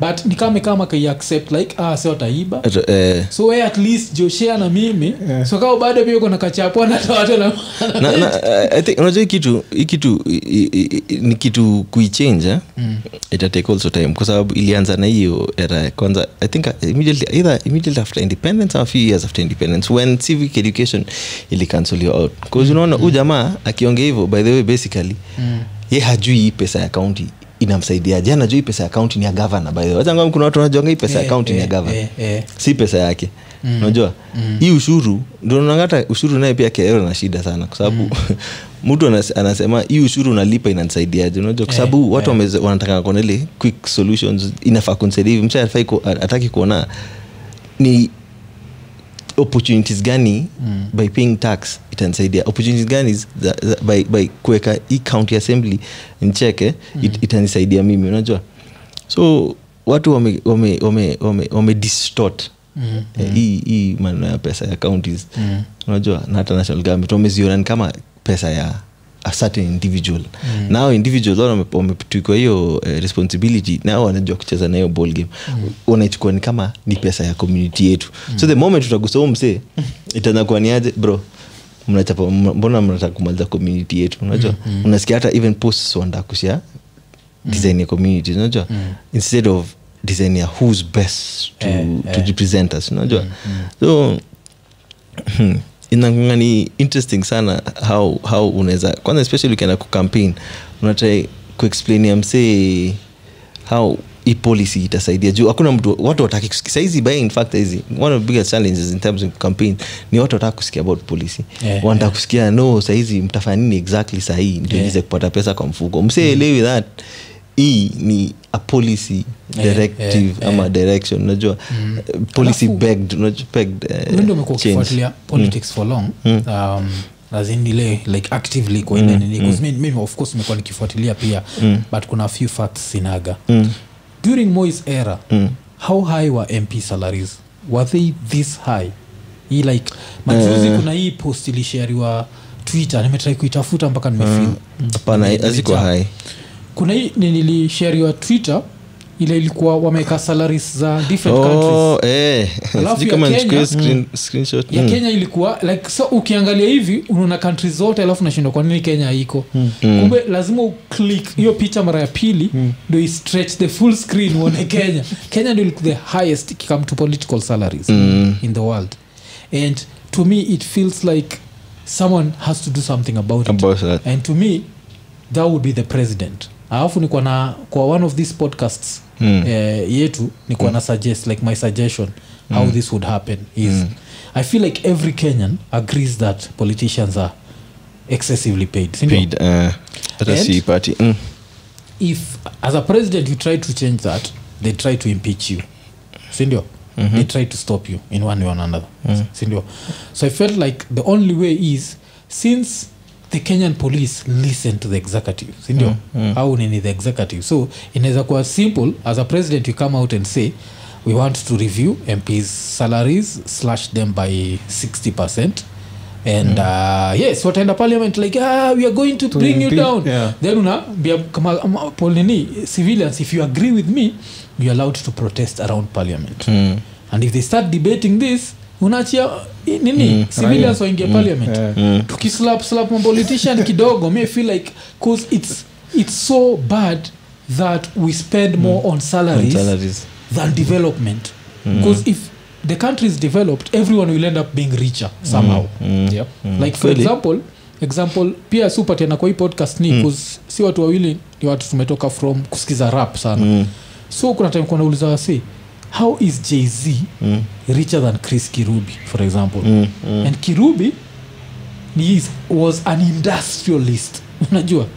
but nikamekama kaiaccept like ah si wataiba Mm. Ata- eh, so we at least joshea na mimi Yeah. so kama bado pia uko na kachapwa na tawato na na, na, I- I think, unajua hii kitu hii kitu i- i- i- ni kitu kuichenja mm. itatake also time kwa sababu ilianza na hiyo era ya kwanza i think ah, immediately, either immediately after independence or a few years after independence when civic education ilikansoliwa out Mm. bcause unaona huu jamaa akiongea hivyo by the way basically ye hajui hii pesa ya kaunti inamsaidiaje anajua hii pesa ya kaunti ni ya gavana by the way Wacha ngwami kuna watu wanajuanga hii pesa ya Eh, kaunti ni ya eh, gavana eh, eh. si pesa yake unajua hii ushuru ndonangata ushuru naye pia kero na shida sana kwa sababu *laughs* mtu anas- anasema hii ushuru unalipa inanisaidiaje unajua kwa sababu watu wameze- wanataka kuona ile quick solutions inafaa kunisaidia hivi msa afai ku, ataki kuona ni opportunities gani mm. by paying tax itanisaidia opportunities gani za, za, by, by kuweka hii county assembly ncheke mm. it, itanisaidia mimi unajua so watu wame wame wame wame, wame distort Mm, hii hii maneno ya pesa ya counties mm. unajua na hata national government wameziona ni kama pesa ya a certain individual mm. nao individual wao wame- wametuikwa hiyo eh, responsibility nao wanajua kucheza na hiyo ball game mm. wanaichukua ni kama ni pesa ya community yetu mm. so the moment utagusa huu msee itaanza kuwa ni aje bro mnachapa mna- mbona mnataka kumaliza community yetu unajua mm. unasikia hata even posts wanataka kushare design ya community unajua instead of design ya who's best to, Eh, Mm, to represent us unajua so inakunga ni interesting sana how, how unaweza kwanza especially ukienda kucampaign unatrai kuexplainia msee how hii policy itasaidia juu hakuna mtu watu wataki kusikia saizi by in fact hizi one of the biggest challenges in terms of campaign ni watu wataka kusikia about policy Eh, wanataka kusikia no saizi mtafanya nini exactly sahii ndio Eh. niweze kupata pesa kwa mfuko Mm. msieelewi that hii ni a policy Eh, directive eh, ama direction unajua eh, policy begged unajua begged eh, Mm. Wewe ndio umekuwa change. ukifuatilia politics for long um, as in ile like actively kwa ile nini 'Cause mi- mimi of course nimekuwa nikifuatilia pia but kuna a few facts sinaga Mm. during mois era Hmm. how high were mp salaries were they this high hii like majuzi kuna hii post ilishariwa twitter nimetrai kuitafuta mpaka nimefil hapana haziko hai kuna hii nilishariwa twitter ile ilikuwa wameweka salaries za different countries Oh, eh, Alafu sijui ya kama Kenya, Hmm. nichukue screen- screenshot. ya Mm. kenya ilikuwa like so ukiangalia hivi unaona kantri zote alafu nashindwa kwa nini kenya iko Mm. kumbe lazima uclik hiyo picha mara ya pili Mm. ndo istretch the full screen uone *laughs* kenya kenya ndio ilikuwa the highest ikikam to political salaries Mm. in the world and to me it feels like someone has to do something about it About that. and to me that would be the president alafu nikuwa na kwa one of these podcasts Hmm. mm. eh, yetu nikuwa mm. na suggest like my suggestion how mm. this would happen is mm. i feel like every kenyan agrees that politicians are excessively paid, sindio? Paid, eh, hata And- siipati. Mm. if as a president you try to change that they try to impeach you sindio Mhm. mm-hmm. they try to stop you in one way or another mm. sindio so i felt like the only way is since the kenyan police listen to the executive sindio Mm, mm-hmm. au nini the executive so inaweza kuwa simple as a president you come out and say we want to review mps salaries slash them by 60 percent and uh, yes wataenda parliament like ah, we are going to, Mm. To bring you impe- down yeah. then unaambia kama ama polini civilians if you agree with me you're allowed to protest around parliament Hmm. mm. and if they start debating this unaachia i- nini mm. civilians waingie parliament Yeah. tukislap slap *laughs* mapolitician kidogo me feel like cause it's, it's so bad that we spend more Mm. on salaries, Salaries. than development because if the country is developed everyone will end up being richer somehow Yeah. like for Kweli. example example pia supatena kwa hii podcast ni 'cause si watu wawili ni watu tumetoka from kusikiza rap sana so kuna time kunauliza wasi how is jz mm. richer than chris kirubi for example mm. Mm. and kirubi ni is, was an industrialist *laughs* unajua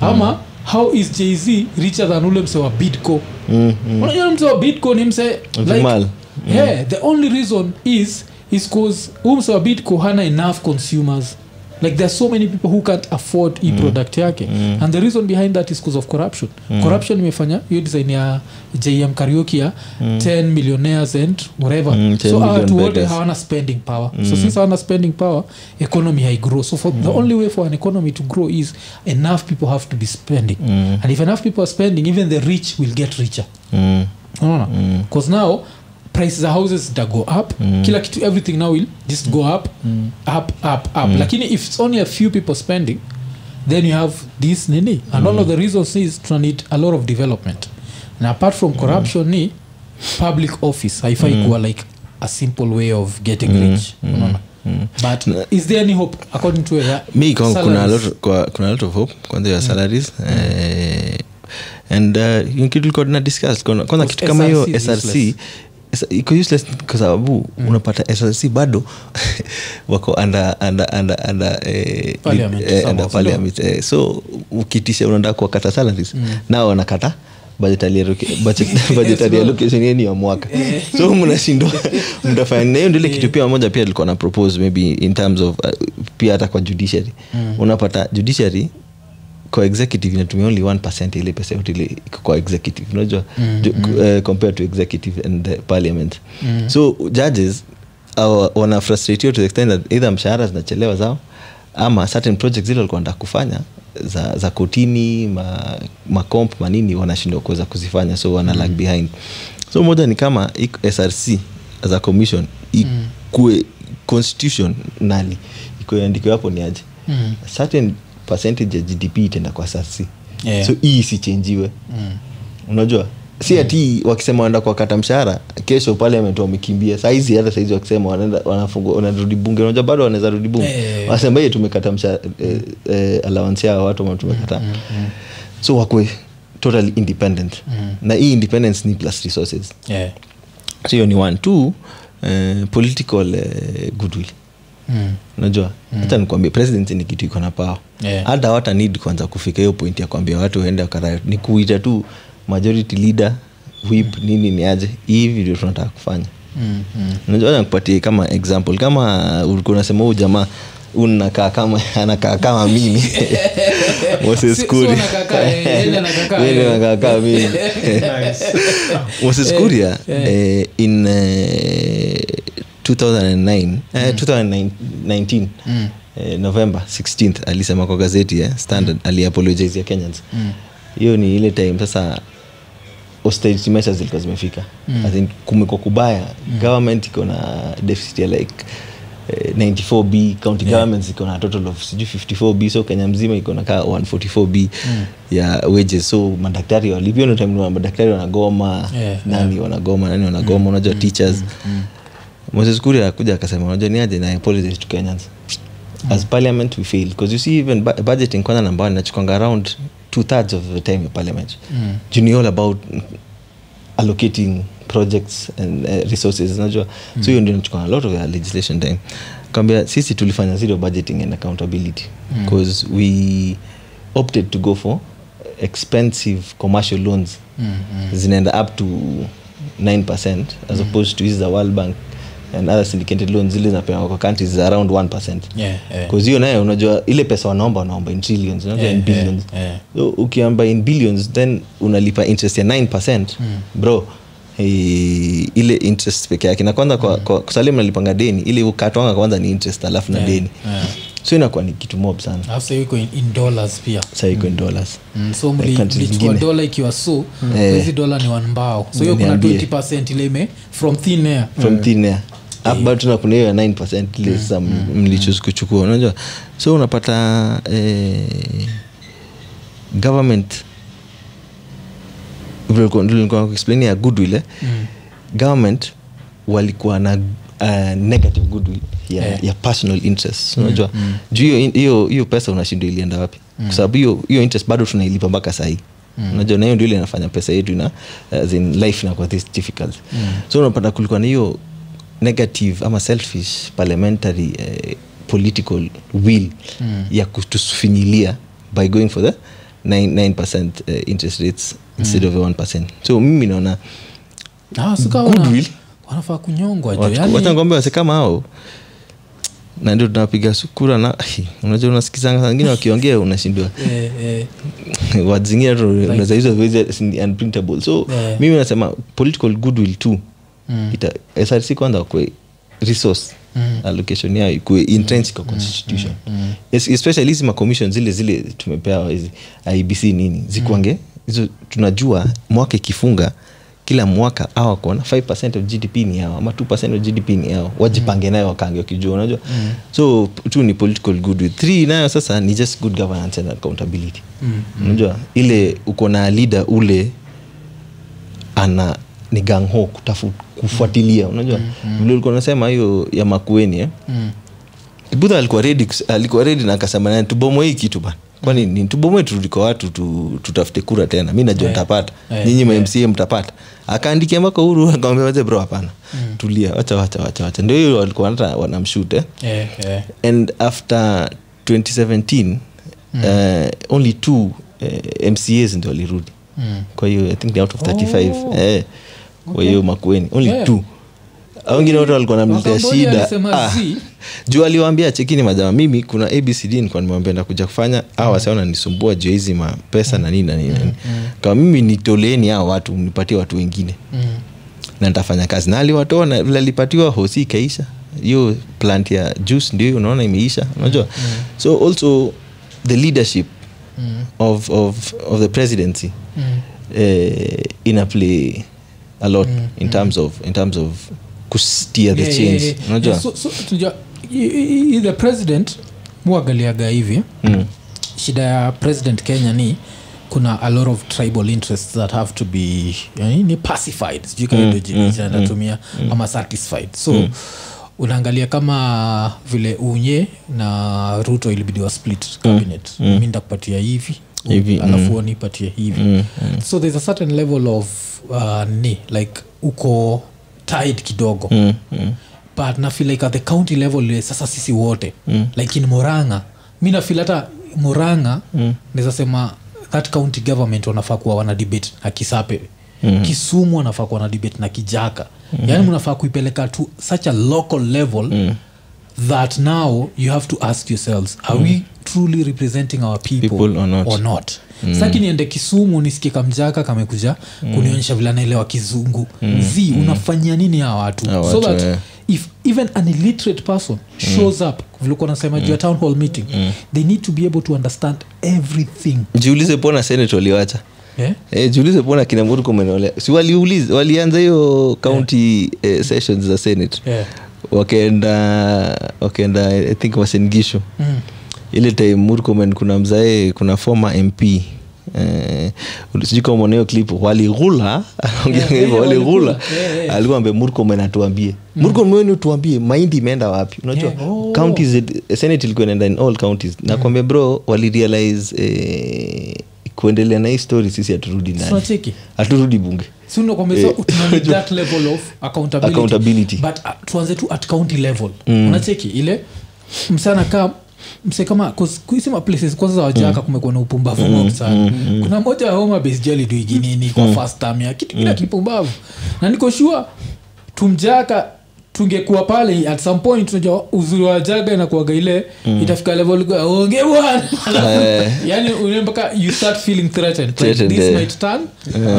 ama mm. how is jz richer than ule mse wa bidco mm, mm. unajua mse wa bidco ni mse Jamal. yeah, the only reason is is cause huu mse wa bidco hana enough consumers like there are so many people who can't afford hii product yake and the reason behind that is cause of corruption corruption imefanya hiyo design ya jm karioki ya 10 millionaires and whatever Mm, 10 so hawa watu million wote beggars. hawana spending power mm. so since hawana spending power economy haigrow so for mm. the only way for an economy to grow is enough people have to be spending mm. and if enough people are spending even the rich will get richer Mm. unaona because now prices za houses da go up mm. kila kitu everything now will just go up mm. up up up mm. lakini if it's only a few people spending then you have this nini and mm. one of the reasons is tuna need a lot of development na apart from corruption mm. ni public office haifai mm. kuwa like a simple way of getting mm. rich unaona mm. but is there any hope according to your mi kwangu kuna a salaries? Hmm. lot, kwa, kuna a lot of hope kwanza ya salaries eh, and uh, hiyo kitu ilikuwa tuna discuss kwanza kwanza Because kitu kama hiyo SRC is src useless. Hmm. S- iko useless kwa sababu unapata src bado *laughs* wako under- under- under- under, eh, Parliament, eh, under somehow, parliament, eh, so ukitisha unaenda kuwakata salaries nao wanakata budgetary alloc- budget- budgetary allocation yenu ya mwaka so mnashindwa mtafanya na hiyo ndio ile kitu pia moja pia alikuwa na propose maybe in terms of uh, pia hata kwa judiciary unapata judiciary kwa executive inatumia only 1 ile pesa yote ile iko kwa executive unajua ju- eh, compared to executive and the parliament so judges awa- wana frustrate to the extent that either mshahara zinachelewa zao ama certain projects zile walikuwa wanataka kufanya za, za kotini ma- macomp ma manini wanashindwa kuweza kuzifanya so wana lag behind so moja ni kama ik- src as a commission ikue constitution nali ikuwe andiko hapo ni aje Mm. certain percentage ya gdp itaenda kwa src Yeah. so hii isichenjiwe Mm. unajua si ati wakisema wanaenda kuwakata mshahara kesho parliament wamekimbia saizi hata saizi wakisema wanaenda wanafungua- wanarudi bunge unajua bado wanaweza rudi bunge Eh. wanasema hiye tumekata mshahara eh, eh, allowance yao watu ambao Mm, tumekata so wakwe totally independent Mm. na hii independence ni plus resources Yeah. so hiyo ni one two eh, political eh, goodwill Mm. unajua hata nikwambia presidency ni kitu iko na pao Yeah. hata wata need kwanza kufika hiyo point ya kwambia watu waende wakara ni kuita tu majority leader whip Hmm. nini ni aje hivi ndio tunataka kufanya Mm. Mm. unajua wacha nikupatie kama example kama ulikuwa unasema huu jamaa unakaa kama *laughs* anakaa kama *laughs* mimi Si- si moseskuri unakaa kaa, eh, yeye *laughs* anakaa kaa, eh. nakaa kama mimi Moses Kuria eh, in eh, 2009 eh, 2019 Mm. eh, november 16th alisema kwa gazeti eh, standard aliapologize ya kenyans hiyo ni ile time sasa hostage measures zilikuwa zimefika mm. in kumekuwa kubaya Mm. government iko na deficit ya like eh, 94b county governments iko na total of sijui 54b so kenya mzima iko na kaa 144b Mm. ya wages so madaktari walipio time ni wa- madaktari wanagoma Yeah, Mm. nani wanagoma nani wanagoma unajua teachers moses kuri akuja akasema unajua ni aje na apologize to kenyans Mm. as parliament we failed because you see even bu- budgeting kwanza nambao inachukwanga around two thirds of the time ya parliament Mm. juni all about allocating projects and uh, resources najua mm. so hiyo ndio inachukua a lot of their legislation time kambia sisi tulifanya zero budgeting and accountability because we opted to go for expensive commercial loans Mm. Mm. zinaenda up to 9 as opposed to hizi za world bank and other syndicated loans zile zinapewa kwa countries za around 1 Yeah. Yeah. Cause hiyo nayo unajua ile pesa wanaomba wanaomba in trillions unajua Yeah, in billions yeah, yeah. so ukiomba in billions then unalipa interest ya 9 bro eh, ile interest peke yake na kwanza kwa, kwa, kwa salim nalipanga deni ile ukatwanga kwanza ni interest alafu na deni yeah. so inakuwa ni kitu mob sana alafu sahii iko in, in dollars pia sa iko in dollars Mm, so Like mli- countries mlichukua zingine. dola ikiwa so Eh. Mm, hizi dola ni wanmbao so hiyo kuna Niambie. 20 ile ime from thin air from thin air Alafu bado tuna kuna hiyo ya 9 ile sasa mlichos um, kuchukua unajua so unapata eh, government vile nilikuwa- ndio nilikuwa nakuexplain ya goodwill eh? government walikuwa na uh, negative goodwill ya, Eh. ya personal interest unajua juu hiyo- hiyo hiyo pesa unashindwa ilienda wapi kwa sababu hiyo hiyo interest bado tunailipa mpaka sahii unajua na hiyo ndio ile inafanya pesa yetu ina as in life inakuwa this difficult so unapata kulikuwa na hiyo negative ama selfish parliamentary eh, political will ya kutufinyilia by going for the 9, 9% eh, interest rates instead of the 1% so mimi naona Ah, so kama wana- Goodwill. wanafaa kunyongwa Yaani, jo, yani- wachangoambe wase kama hao na ndio tunapiga su- kura na *laughs* unajua unasikizanga saa zingine wakiongea unashindwa *laughs* eh, eh, words zingine tu unaweza hizo viweze- ni unprintable so Yeah. mimi nasema political goodwill tu Mm. ita src kwanza wakwe resource Mm. allocation yao ikue intrench kwa constitution Es- especially hizi macommission zile zile tumepewa hizi ibc nini Mm. zikuange hizo tunajua mwaka ikifunga kila mwaka awa kuona 5 of gdp ni yao ama 2 of gdp ni yao Mm. wajipange nayo wakange wakijua unajua so p- tu ni political goodwill three nayo sasa ni just good governance and accountability Mm. unajua ile uko na leader ule ana ni gangho kutafu, kufuatilia unajua vile ulikuwa unasema hiyo ya makueni eh? mm, budha alikuwa redi alikuwa redi na akasema "Na tubomoe hii kitu bana kwani ni tubomoe turudi kwa watu tu, tutafute kura tena mi najua mtapata Mm. Eh, nyinyi mamca mtapata akaandikia mpaka uhuru *laughs* akamwambia waze bro hapana Mm. tulia wacha wacha wacha wacha ndio hiyo walikuwa hata wanamshute eh, eh. and after 2017 Mm. uh, only two uh, mcas ndio walirudi Mm. kwa hiyo i think ni out of 35 eh, kwa hiyo makueni only Oh. Yeah. two au wengine wote walikuwa namletea Wakamboni shida alisema ah, zi. juu aliwaambia chekini majama mimi kuna abcd nikuwa nimewambenda kuja kufanya Mm. a wasananisumbua juu ya hizi mapesa na nini na nini na nini. kama mimi nitoleeni hao watu mnipatie watu wengine mm, na nitafanya kazi na aliwatoa na vile alipatiwa hosi ikaisha hiyo plant ya juice ndio hiyo unaona imeisha unajua Mm, so also the leadership mm, of, of, of the presidency eh, ina play a lot in terms of in terms of kustia the Mm, Yeah, yeah, change yeah. unajua Yeah, so- so, tunajua, i- i- i- the president muagaliaga hivi Hmm. shida ya president kenya ni kuna a lot of tribal interests that have to be yani, ni pacified sijui Hmm, kaidojinatumia ama satisfied so unaangalia kama vile unye na ruto ilibidi wa split cabinet mi ndakupatia hivi Hmm, Hivi, hmm. alafu wanipatie hivi so there's a certain level of uh, ni like uko tied kidogo Hmm. mm, mm. but nafeel like at the county level eh, sasa sisi wote mm. like in moranga mi nafil hata moranga mm. sema that county government wanafaa kuwa wana debate na kisape mm. kisumu wanafaa kuwa na debate na kijaka mm. yaani mnafaa kuipeleka to such a local level mm that now you have to ask yourselves are we truly representing our Mm. people, People or not. or not mm. saki niende kisumu nisikie kamjaka kamekuja mm. kunionyesha vile anaelewa kizungu mm. z unafanyia nini hawa watu Hawa so watu, that eh. if even an illiterate person shows up vilikuwa nasema juu ya town hall meeting they need to be able to understand everything jiulize pona senato waliwacha eh? e, jiulize pona kina mburuko menolea si waliuliza walianza hiyo county eh, sessions za senate Yeah. wakaenda wakaenda i think wasengisho mm. ile time murkomen kuna mzae kuna former mp Eh, sijui kama umeona hiyo clip *laughs* walighula anaongea yeah, hivyo walighula waligula. *laughs* Yeah, yeah. alikuwa ambia murkomen atuambie murkomen utuambie mahindi imeenda wapi unajua Yeah. Oh. counties eh, senate ilikuwa inaenda in all counties Mm. na kwambia bro walirealize eh, kuendelea na hii story sisi haturudi ndani Tunacheki. haturudi bunge So ndo kwamba sasa Eh, *laughs* tuna need that level of accountability. Accountability. Mm. But, uh, tuanze tu at county level unacheki ile msana ka mse kama 'cause kuisema places kwanza za wajaka Mm. kumekuwa na upumbavu mwingi sana kuna moja ya homa basjali duiginini kwa Mm. first time ya kitu kila kipumbavu na niko sure tumjaka tungekuwa pale at some point unajua uzuri wa jaga inakuaga ile Mm. itafika level kwa, onge bwana Eh. *laughs* yani unaona mpaka you start feeling threatened, like, Threatened, this eh. might tongue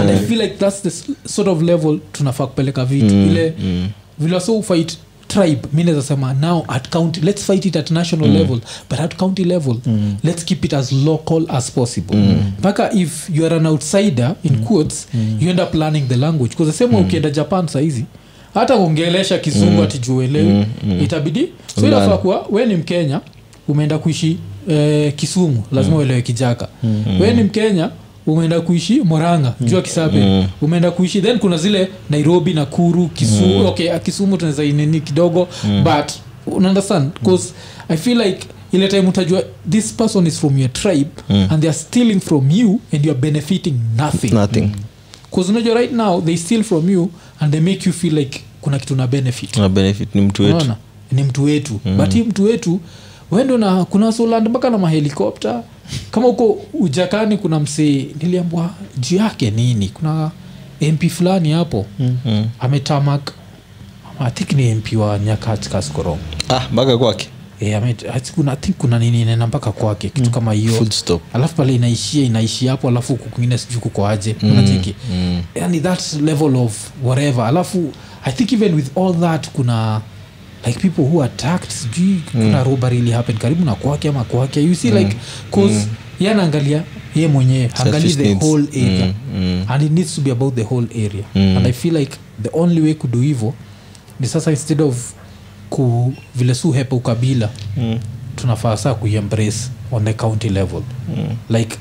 and i feel like that's the s- sort of level tunafaa kupeleka vitu ile vile so fight tribe mi naweza sema now at county let's fight it at national level but at county level let's keep it as local as possible mpaka if you are an outsider in quotes you end up learning the language bcause asema ukienda japan sahizi hata kuongelesha kizungu ati juelewi itabidi so inafaa kuwa we ni mkenya umeenda kuishi eh, kisumu lazima uelewe kijaka we ni mkenya umeenda kuishi moranga jua kisabe umeenda kuishi then kuna zile nairobi nakuru kisumu okay kisumu tunaweza inini kidogo but unaunderstand bcause i feel like ile time utajua this person is from your tribe and they are stealing from you and you are benefiting nothing nothing bcause unajua right now they steal from you and they make you feel like kuna kitu na benefit na benefit ni mtu wetu Unaona? ni mtu wetu mm. but hii mtu wetu wendo na kuna soland mpaka na mahelikopta kama huko ujakani kuna msee niliambwa juu yake nini kuna mp fulani hapo Mm-hmm. mm. ametamak I think ni mp wa nyakati kaskorong ah mpaka kwake e, ame- I think kuna- I think kuna nini inaenda mpaka kwake kitu kama hiyo Full stop. alafu pale inaishia inaishia hapo alafu huku kwingine sijui kuko aje unacheki mm. yani that level of whatever alafu i think even with all that kuna like people who are attacked sijui kuna roba really happen karibu na kwake ama kwake you see like cause Mm. mm. ye anaangalia ye mwenyewe angalii the needs. whole area Mm, mm. and it needs to be about the whole area mm. and i feel like the only way kudu hivo ni sasa instead of ku vile su hepa ukabila mm. tunafaa saa kuiembrace on the county level mm. like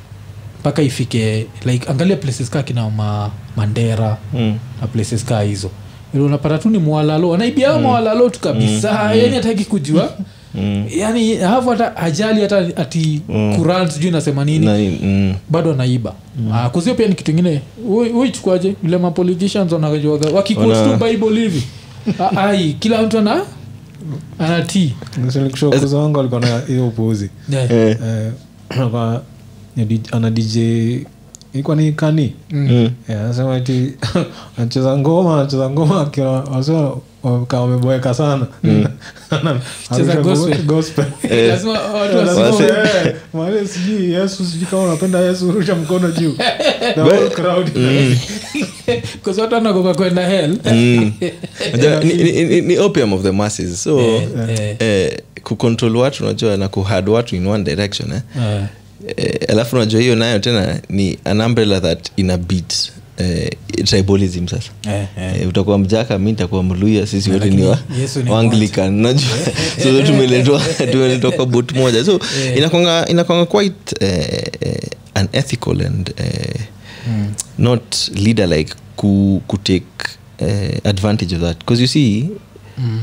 mpaka ifike like angalia places kaa kina ma, mandera mm. na places kaa hizo Ile unapata tu ni mwalalo anaibia mm. mwalalo tu kabisa mm. yani hataki kujua mm. yani havu hata ajali hata ati mm. kuran sijui nasema nini Na nini, mm. bado anaiba mm. kuzio pia ni kitu ingine uichukuaje vile mapoliticians wanakajuaga wakikustu bible hivi A- ai kila mtu ana anatii kushokuza wangu alikuwa Eh, na hiyo upuuzi *clears throat* Yeah. Eh. Eh, alikuwa ana dj ilikuwa ni kani Mm. Eh, anasema ati *laughs* anacheza ngoma anacheza ngoma akiwa wazee wa- kama wameboeka sana *laughs* Ana- Cheza arusha gospel. gospel. *laughs* Lazima watu Lazima wasome. Wase- wewe, mwambie sijui yesu sijui kama unapenda yesu rusha mkono juu The Well, whole crowd. Kwa sababu watu wanaogopa kwenda hell Unajua, ni, ni, ni, ni opium of the masses so Eh, eh. eh, kucontrol watu unajua na kuhad watu in one direction eh? Ah, eh, alafu unajua hiyo nayo tena ni an umbrella that ina beat eh, tribalism sasa eh, eh. Eh, utakuwa mjaka mi nitakuwa mluya sisi wote ni wa- lakini Yesu ni waanglican najua *laughs* so tumeletwa tumeletwa kwa bot moja so Eh. inakwanga inakwanga quite eh, eh, unethical and eh, Mm. not leader like ku, ku take eh, advantage of that because you see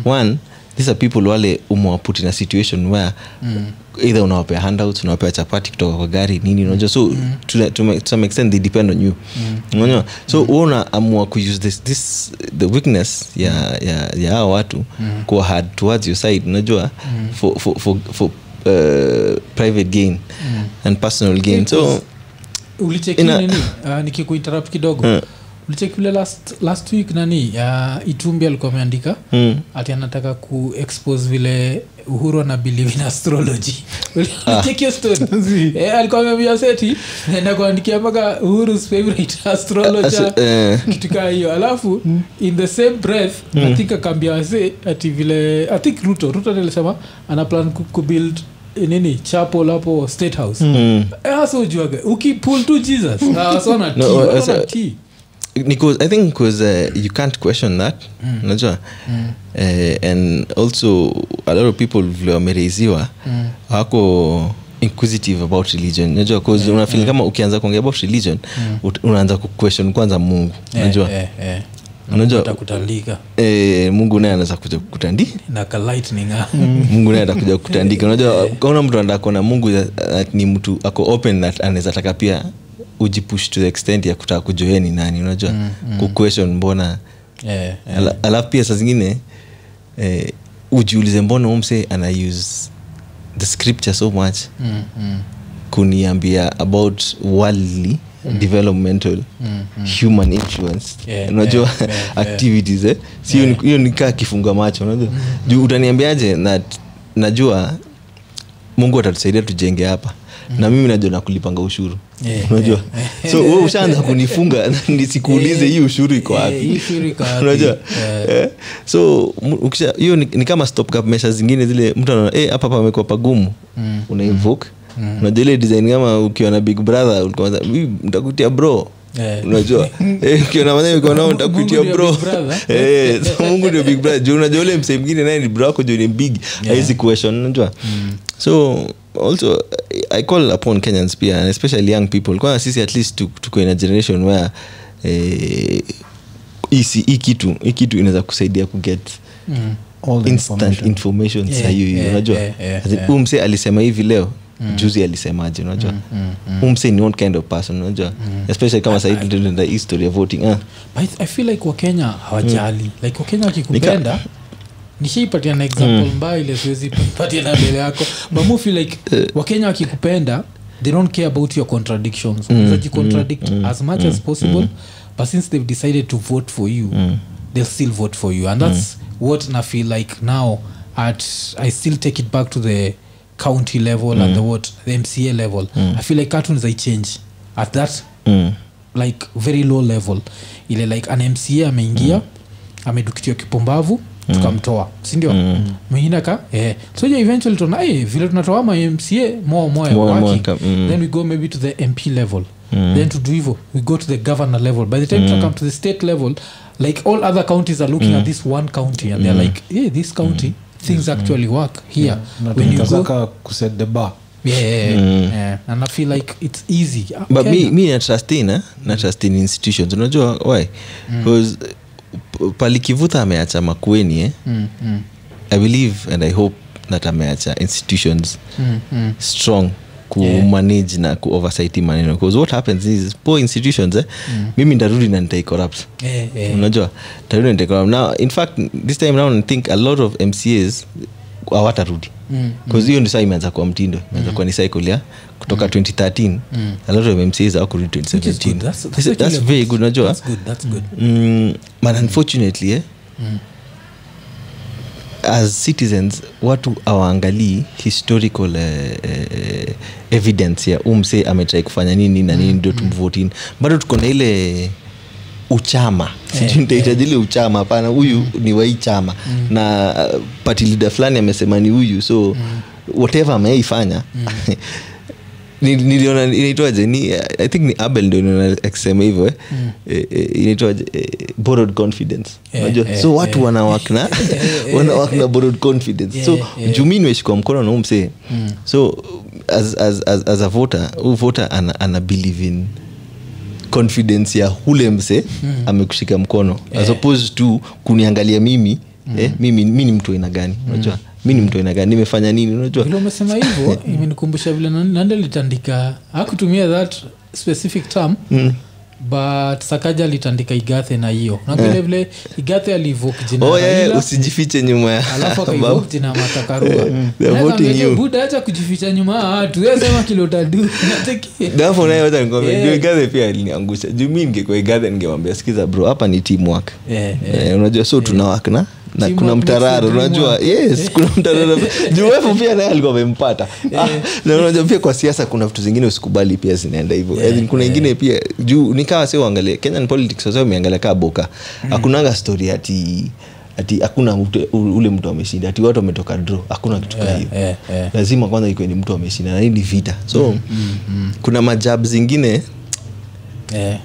one these are people wale umewaput in a situation where mm. either unawapea handouts unawapea chapati kutoka kwa gari nini unajua so mm. to, to, ma- to some extent they depend on you mm. unajua so mm. unaamua kuuse this, this the weakness ya ya ya hao watu mm. kuwa hard towards your side unajua mm. for, for, for, for uh, private gain mm. and personal gain so ulicheki Ina- nini Ah, nikikuinterrupt kidogo Mm. ulicheki vile last, last week nani uh, itumbi alikuwa ameandika mm. ati anataka kuexpose vile uhuru ana believe in astrology Ah. ulicheki hiyo *laughs* story Zii. eh, alikuwa ameambia seti naenda kuandikia mpaka uhuru's favorite *laughs* astrologer so, eh, Hmm. kitu kaa hiyo alafu in the same breath i think akaambia wazee ati vile i think ruto ruto nilisema ana plan ku- kubuild eh, nini chapel hapo state house mm. Eh, hasa ujuaga ukipul tu jesus *laughs* Ah, wasa wana tea, No, watu wasa- wana tea. because i think because uh, you can't question that unajua uh, and also a lot of people vile wamereiziwa hawako inquisitive about religion unajua cause yeah, Mm. unafili kama ukianza kuongea about religion ut- unaanza kuquestion kwanza mungu Eh, unajua eh, eh. unajua atakutandika eh, mungu naye anaweza kuja kutandi na ka lightning ah. mungu naye atakuja kutandika unajua kaona mtu anataka kuona mungu that ni mtu ako open that anaweza taka pia ujipush to the extent ya kutaka kujua yeye ni nani unajua mm, mm. kuquestion *laughs* mbona Eh, eh. Ala- alafu pia saa zingine eh, ujiulize mbona umse ana use the scripture so much Mm, mm, kuniambia about worldly developmental human influence Mm. Mm-hmm. Eh, Yeah, unajua yeah, yeah, activities eh? si hiyo ni- hiyo nikaa kifunga macho unajua Mm-hmm. juu utaniambiaje na najua mungu atatusaidia tujenge hapa na mimi najua nakulipanga ushuru Mm-hmm. Yeah, unajua so wewe ushaanza *laughs* kunifunga *laughs* nisikuulize hii ushuru iko Eh, hii wapi ushuru iko wapi? *laughs* unajua Eh. Eh? so m- ukisha- hiyo ni, ni kama stop gap measures zingine zile mtu anaona eh, hapa pamekuwa pagumu mm. unaivoke mm. unajua ile design kama ukiwa na big brother ulikuwa unasema, "Mimi nitakutia bro Eh. *laughs* unajua Eh, ukiona maneno ukiwa nao nitakutia Mungu ndio bro big brother. *laughs* Eh, so mungu ndio big brother juu unajua ule msee mwingine naye ni bro wako juu ni big haizi kueshon unajua Mm. so also i call upon kenyans pia and especially young people kwanza sisi at least tu- tuko in a generation where eh, hii hi kitu hii kitu inaweza kusaidia kuget Mm. All the instant information. information Yeah, sahiyo hiyo yeah, unajua yeah, yeah, As in, yeah. Mm. huyu msee alisema hivi leo juzi alisemaje unajua Huyu msee ni one kind of person unajua Mm. especially kama sahivi tunaenda hii story ya voting ah. But I- i feel like wakenya hawajali like wakenya wakikupenda nishaipatia na example mbaya ile siwezi patia na mbele yako but mo feel like wakenya wakikupenda they don't care about your contradictions mm. contradict as much as possible but since they've decided to vote for you they'll still vote for you and that's what na feel like now at i still take it back to the county level and the what the mca level i feel like cartoons i change at that Mm. like very low level ile like an mca ameingia mm. amedukitiwa kipumbavu tukamtoa sindio mm. mwingine aka eh. so yeah, eventually tuna eh, vile tunatoa ma mca moa Moyo moyo moya ka- mm. then we go maybe to the mp level then to do hivo we go to the governor level by the time mm. come to the state level like all other counties are looking at this one county and they're like hey, this county things actually work here when you Natumika go saka kuset the bar yeah, yeah, yeah. yeah. and i feel like it's easy but Kenya. mi, mi na trust in eh? Mm. na trust in institutions unajua why because p- palikivuta ameacha makueni eh? mm, mm, i believe and i hope that ameacha institutions mm, mm. strong Yeah. kumanage na kuoversight hii maneno because what happens is poor institutions eh? Mm. mimi ndarudi na nitaicorrupt Eh, eh. unajua tarudi na nitaicorrupt now in fact this time round i think a lot of mcas hawatarudi Mm, bcause hiyo ni saa imeanza kuwa mtindo imeanza kuwa ni cycle ya kutoka 2013 a lot of mcs akurudi Mm. is good. 2017 That's- that's That's- actually that's a- very good unajua That's good, that's good. mm, but unfortunately eh, as citizens watu awaangalii historical eh, eh, eh, evidence ya umse ametrai kufanya nini na nini ndio tumvotini bado tuko na ile uchama sijui nitahitaji ile uchama hapana huyu ni wai chama na uh, party leader fulani amesema ni huyu so whatever ameifanya *laughs* Ni- niliona inaitwaje ni i think ni abel ndo niliona akisema hivyo eh. Hmm. Eh, eh, inaitwaje eh, borrowed confidence Eh, unajua eh, so watu eh. *laughs* wanawakna wanawakna borrowed confidence so Yeah, yeah. Hmm. jumi nimeshikwa mkono na huu msee so as, as, as, as a voter huu voter ana, ana believe in confidence ya hule mse Hmm. amekushika mkono as opposed to kuniangalia mimi Hmm. eh, mimi mi ni mtu wa aina gani unajua mi ni mtu wa aina gani nimefanya nini unajua vile umesema hivyo *laughs* imenikumbusha vile Nan- nande litandika akutumia that specific term mm. but sakaja litandika igathe na hiyo na vile vile igathe alivoke jina Eh. oh, Raila, yeah, usijifiche nyuma ya *laughs* alafu babu. akaivoke jina matakarua *laughs* They are voting you. buda acha kujificha nyuma Ah, ya watu yasema *laughs* kilotadu natekie Alafu naye wacha nikwambie, Yeah. ndio Igathe pia aliniangusha juu mi ningekuwa Igathe ningemwambia sikiza bro hapa ni teamwork Yeah, Eh, unajua so tuna work na na Teamwork kuna makes the mtararo dream unajua work. yes kuna mtararo juu wefu pia naye alikuwa amempata Ah, na unajua pia kwa siasa kuna vitu zingine usikubali pia zinaenda hivyo As in, kuna ingine pia juu nikawa si uangalie kenyan politics wasa umeangalia kaa boka hakunanga story ati ati hakuna mtu- ule mtu ameshinda ati watu wametoka dro hakuna kitu kaa hiyo yeah, yeah. lazima kwanza ikuwe ni mtu ameshinda na hii ni vita so kuna majab zingine Eh,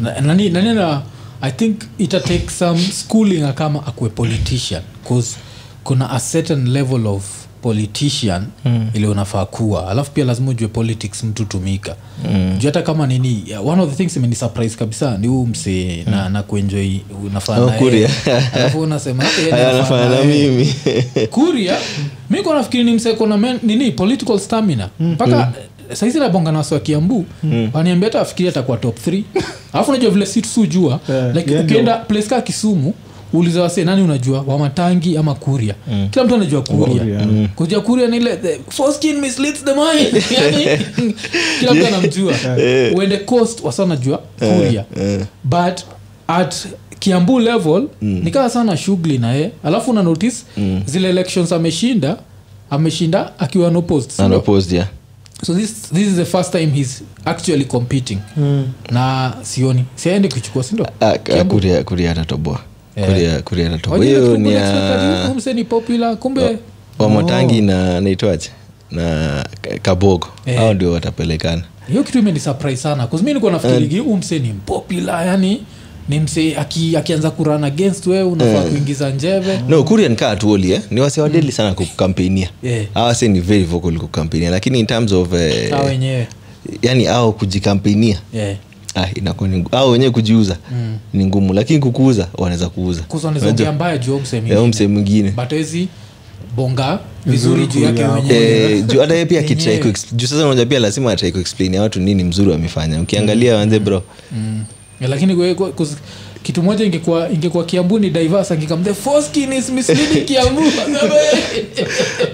na- nani nani na i think ita take some schooling kama akue politician cause kuna a certain level of politician mm. ile unafaa kuwa alafu pia lazima ujue politics mtu tumika mm. juu hata kama nini yeah, one of the things imeni surprise kabisa ni huu msee na, na kuenjoi unafaa Mm. Oh, naye. Kuria. alafu unasema eh, *laughs* haya nafaa anafanya na naye mimi kuria mi kwa nafikiri ni msekona men- nini political stamina mpaka eh, saizi nabonga na wakiambu mm. waniambia hata afikiri atakuwa top 3 alafu unajua vile si sujua Eh, like yeah, ukienda place kaa kisumu uliza wase nani unajua wamatangi ama kuria mm. kila mtu anajua kuria Kuria. mm. kujua kuria nile the foreskin misleads the mind *laughs* yani, kila mtu anamjua uende coast wasa wanajua kuria Eh. but at kiambu level mm. nikawa sana shughuli naye alafu una notice mm. zile elections ameshinda ameshinda akiwa no post si ndio? Unopposed, yeah. so this, this is the first time he's actually competing mm. na sioni siaendi kuchukua sindo Ah, ah, kuria kuria atatoboa Yeah. kuria kuria atatoboa hiyo ni ya ni popular kumbe wamotangi na naitwaje na K- kabogo Eh. hao ndio watapelekana hiyo kitu imenisurprise sana kause mi nikuwa Eh. nafikirigi huu msee ni mpopula yani ni msee aki, akianza kuran against wewe unafaa Eh. kuingiza njeve no kuria nikaa tuoli eh? ni wase wadeli sana kukampenia Yeah. awase ni very vocal kukampenia lakini in terms of eh, a wenyewe Eh. yani ao kujikampenia yeah. ah, inakuwa ni ngu- au wenyewe kujiuza mm. ni ngumu lakini kukuuza wanaweza kuuza kuzonezongea mbaya juu ya huu msee Ya, Eh, huyu mwingine. msee mwingine but hawezi bonga vizuri juu yake kulia. mwenyewe Eh, juu hata yeye pia akitry Yenyewe. kuex- juu sasa unaja pia lazima atrai kuexplainia watu nini mzuri wamefanya ukiangalia wanze bro Yeah, Eh, lakini kwe- kwe- kus- kitu moja ingekuwa ingekuwa kiambu ni divers angekam the foreskin is misleading kiambu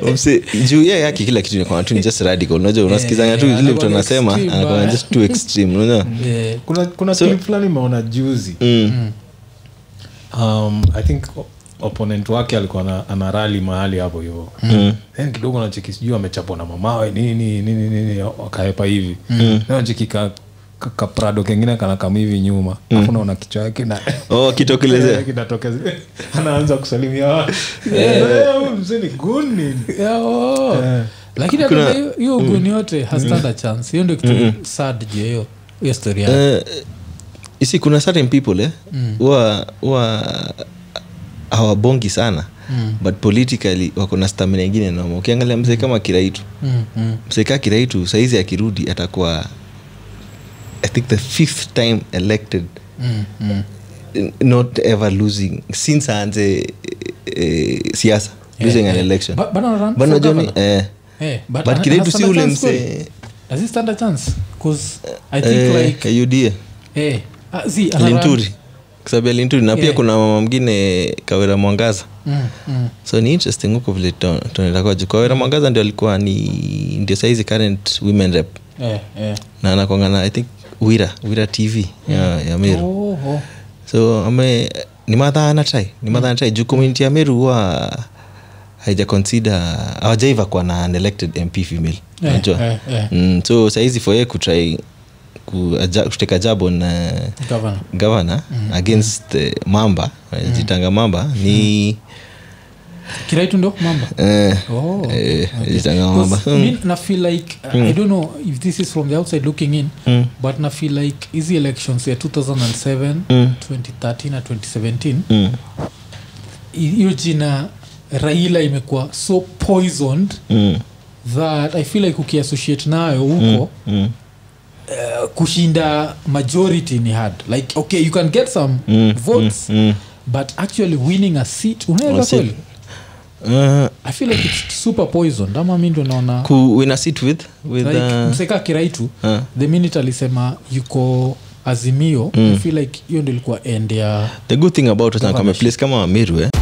Mse- juu ye yake kila kitu inakuwa tu ni just radical unajua unasikizanga tu yeah, ile mtu anakuwa anasema extreme, anakuwa bana. just too extreme unajua Eh, kuna, kuna clip fulani imeona juzi um, i think o- opponent wake alikuwa ana- ana rali mahali hapo hivo then kidogo nacheki sijuu amechapwa na mamawe nini nini nini akaepa hivi mm. nacheki ka, ka, kaprado kengine kanakam hivi nyuma mm. naona kichwa yake na oh *laughs* akitokelezea kinatokeza anaanza kusalimia *laughs* watu. Eh, mzee ni good nini? yeah, oh. lakini hata Kuna- Mm. hiyo- hiyo uguni yote hastanda chance hiyo ndio kitu sad juu ya hiyo hiyo story yake Eh, isi kuna certain people eh, Mm. huwa huwa hawabongi sana mm. but politically wako na stamina ingine noma ukiangalia mzee kama kiraitu Mm, mm. msekaa kiraitu saizi akirudi atakuwa i think the fifth time elected Mm, mm. not ever losing since aanze eh, siasa losing an election Ba- bado ana run Bana for Johnny, governor? eh, Eh, but but ana- kiraitu ana si stand a ule chance kweli? mse Does he stand a chance? 'Cause I think eh, like, KUDA. eh, ah, see, ana run- Linturi kwa sababu alinitudi na pia Yeah. kuna mama mwingine kawera mwangaza Mm, so ni interesting huko vile tuta- tunaenda kwaji kawera mwangaza ndio alikuwa ni ndio saizi current women rep Eh, eh. na anakwangana i think wira wira tv ya, ya meru Oh, oh. so ame ni madha anatrai ni madha anatrai juu community ya meru huwa haija consider hawajaiva kuwa na unelected mp female Eh, unajua eh, eh. mm, so saizi foye kutrai ku, aja, kuteka jabo na Governor. gavana Mm-hmm. against eh, mamba Mm. jitanga mamba ni kiraitu ndo mamba eh, Oh, eh, jitanga mamba Hmm. mm, nafeel like i don't know if this is from the outside looking in Mm. but nafeel like hizi elections ya 2007 Mm. 2013 na 2017 mm, hi- hiyo jina raila imekuwa so poisoned mm, that i feel like ukiassociate nayo huko mm, uh, kushinda majority ni hard like okay you can get some mm, votes mm, mm. but actually winning a seat unaweza One seat. kweli Uh, i feel like its super poisoned ama mi ndo naona ku win a seat with with like, uh, mseka kiraitu uh, the minute alisema yuko azimio mm. feel like hiyo ndo ilikuwa end ya the good thing about us na kwa Governorship. place kama wamiru eh,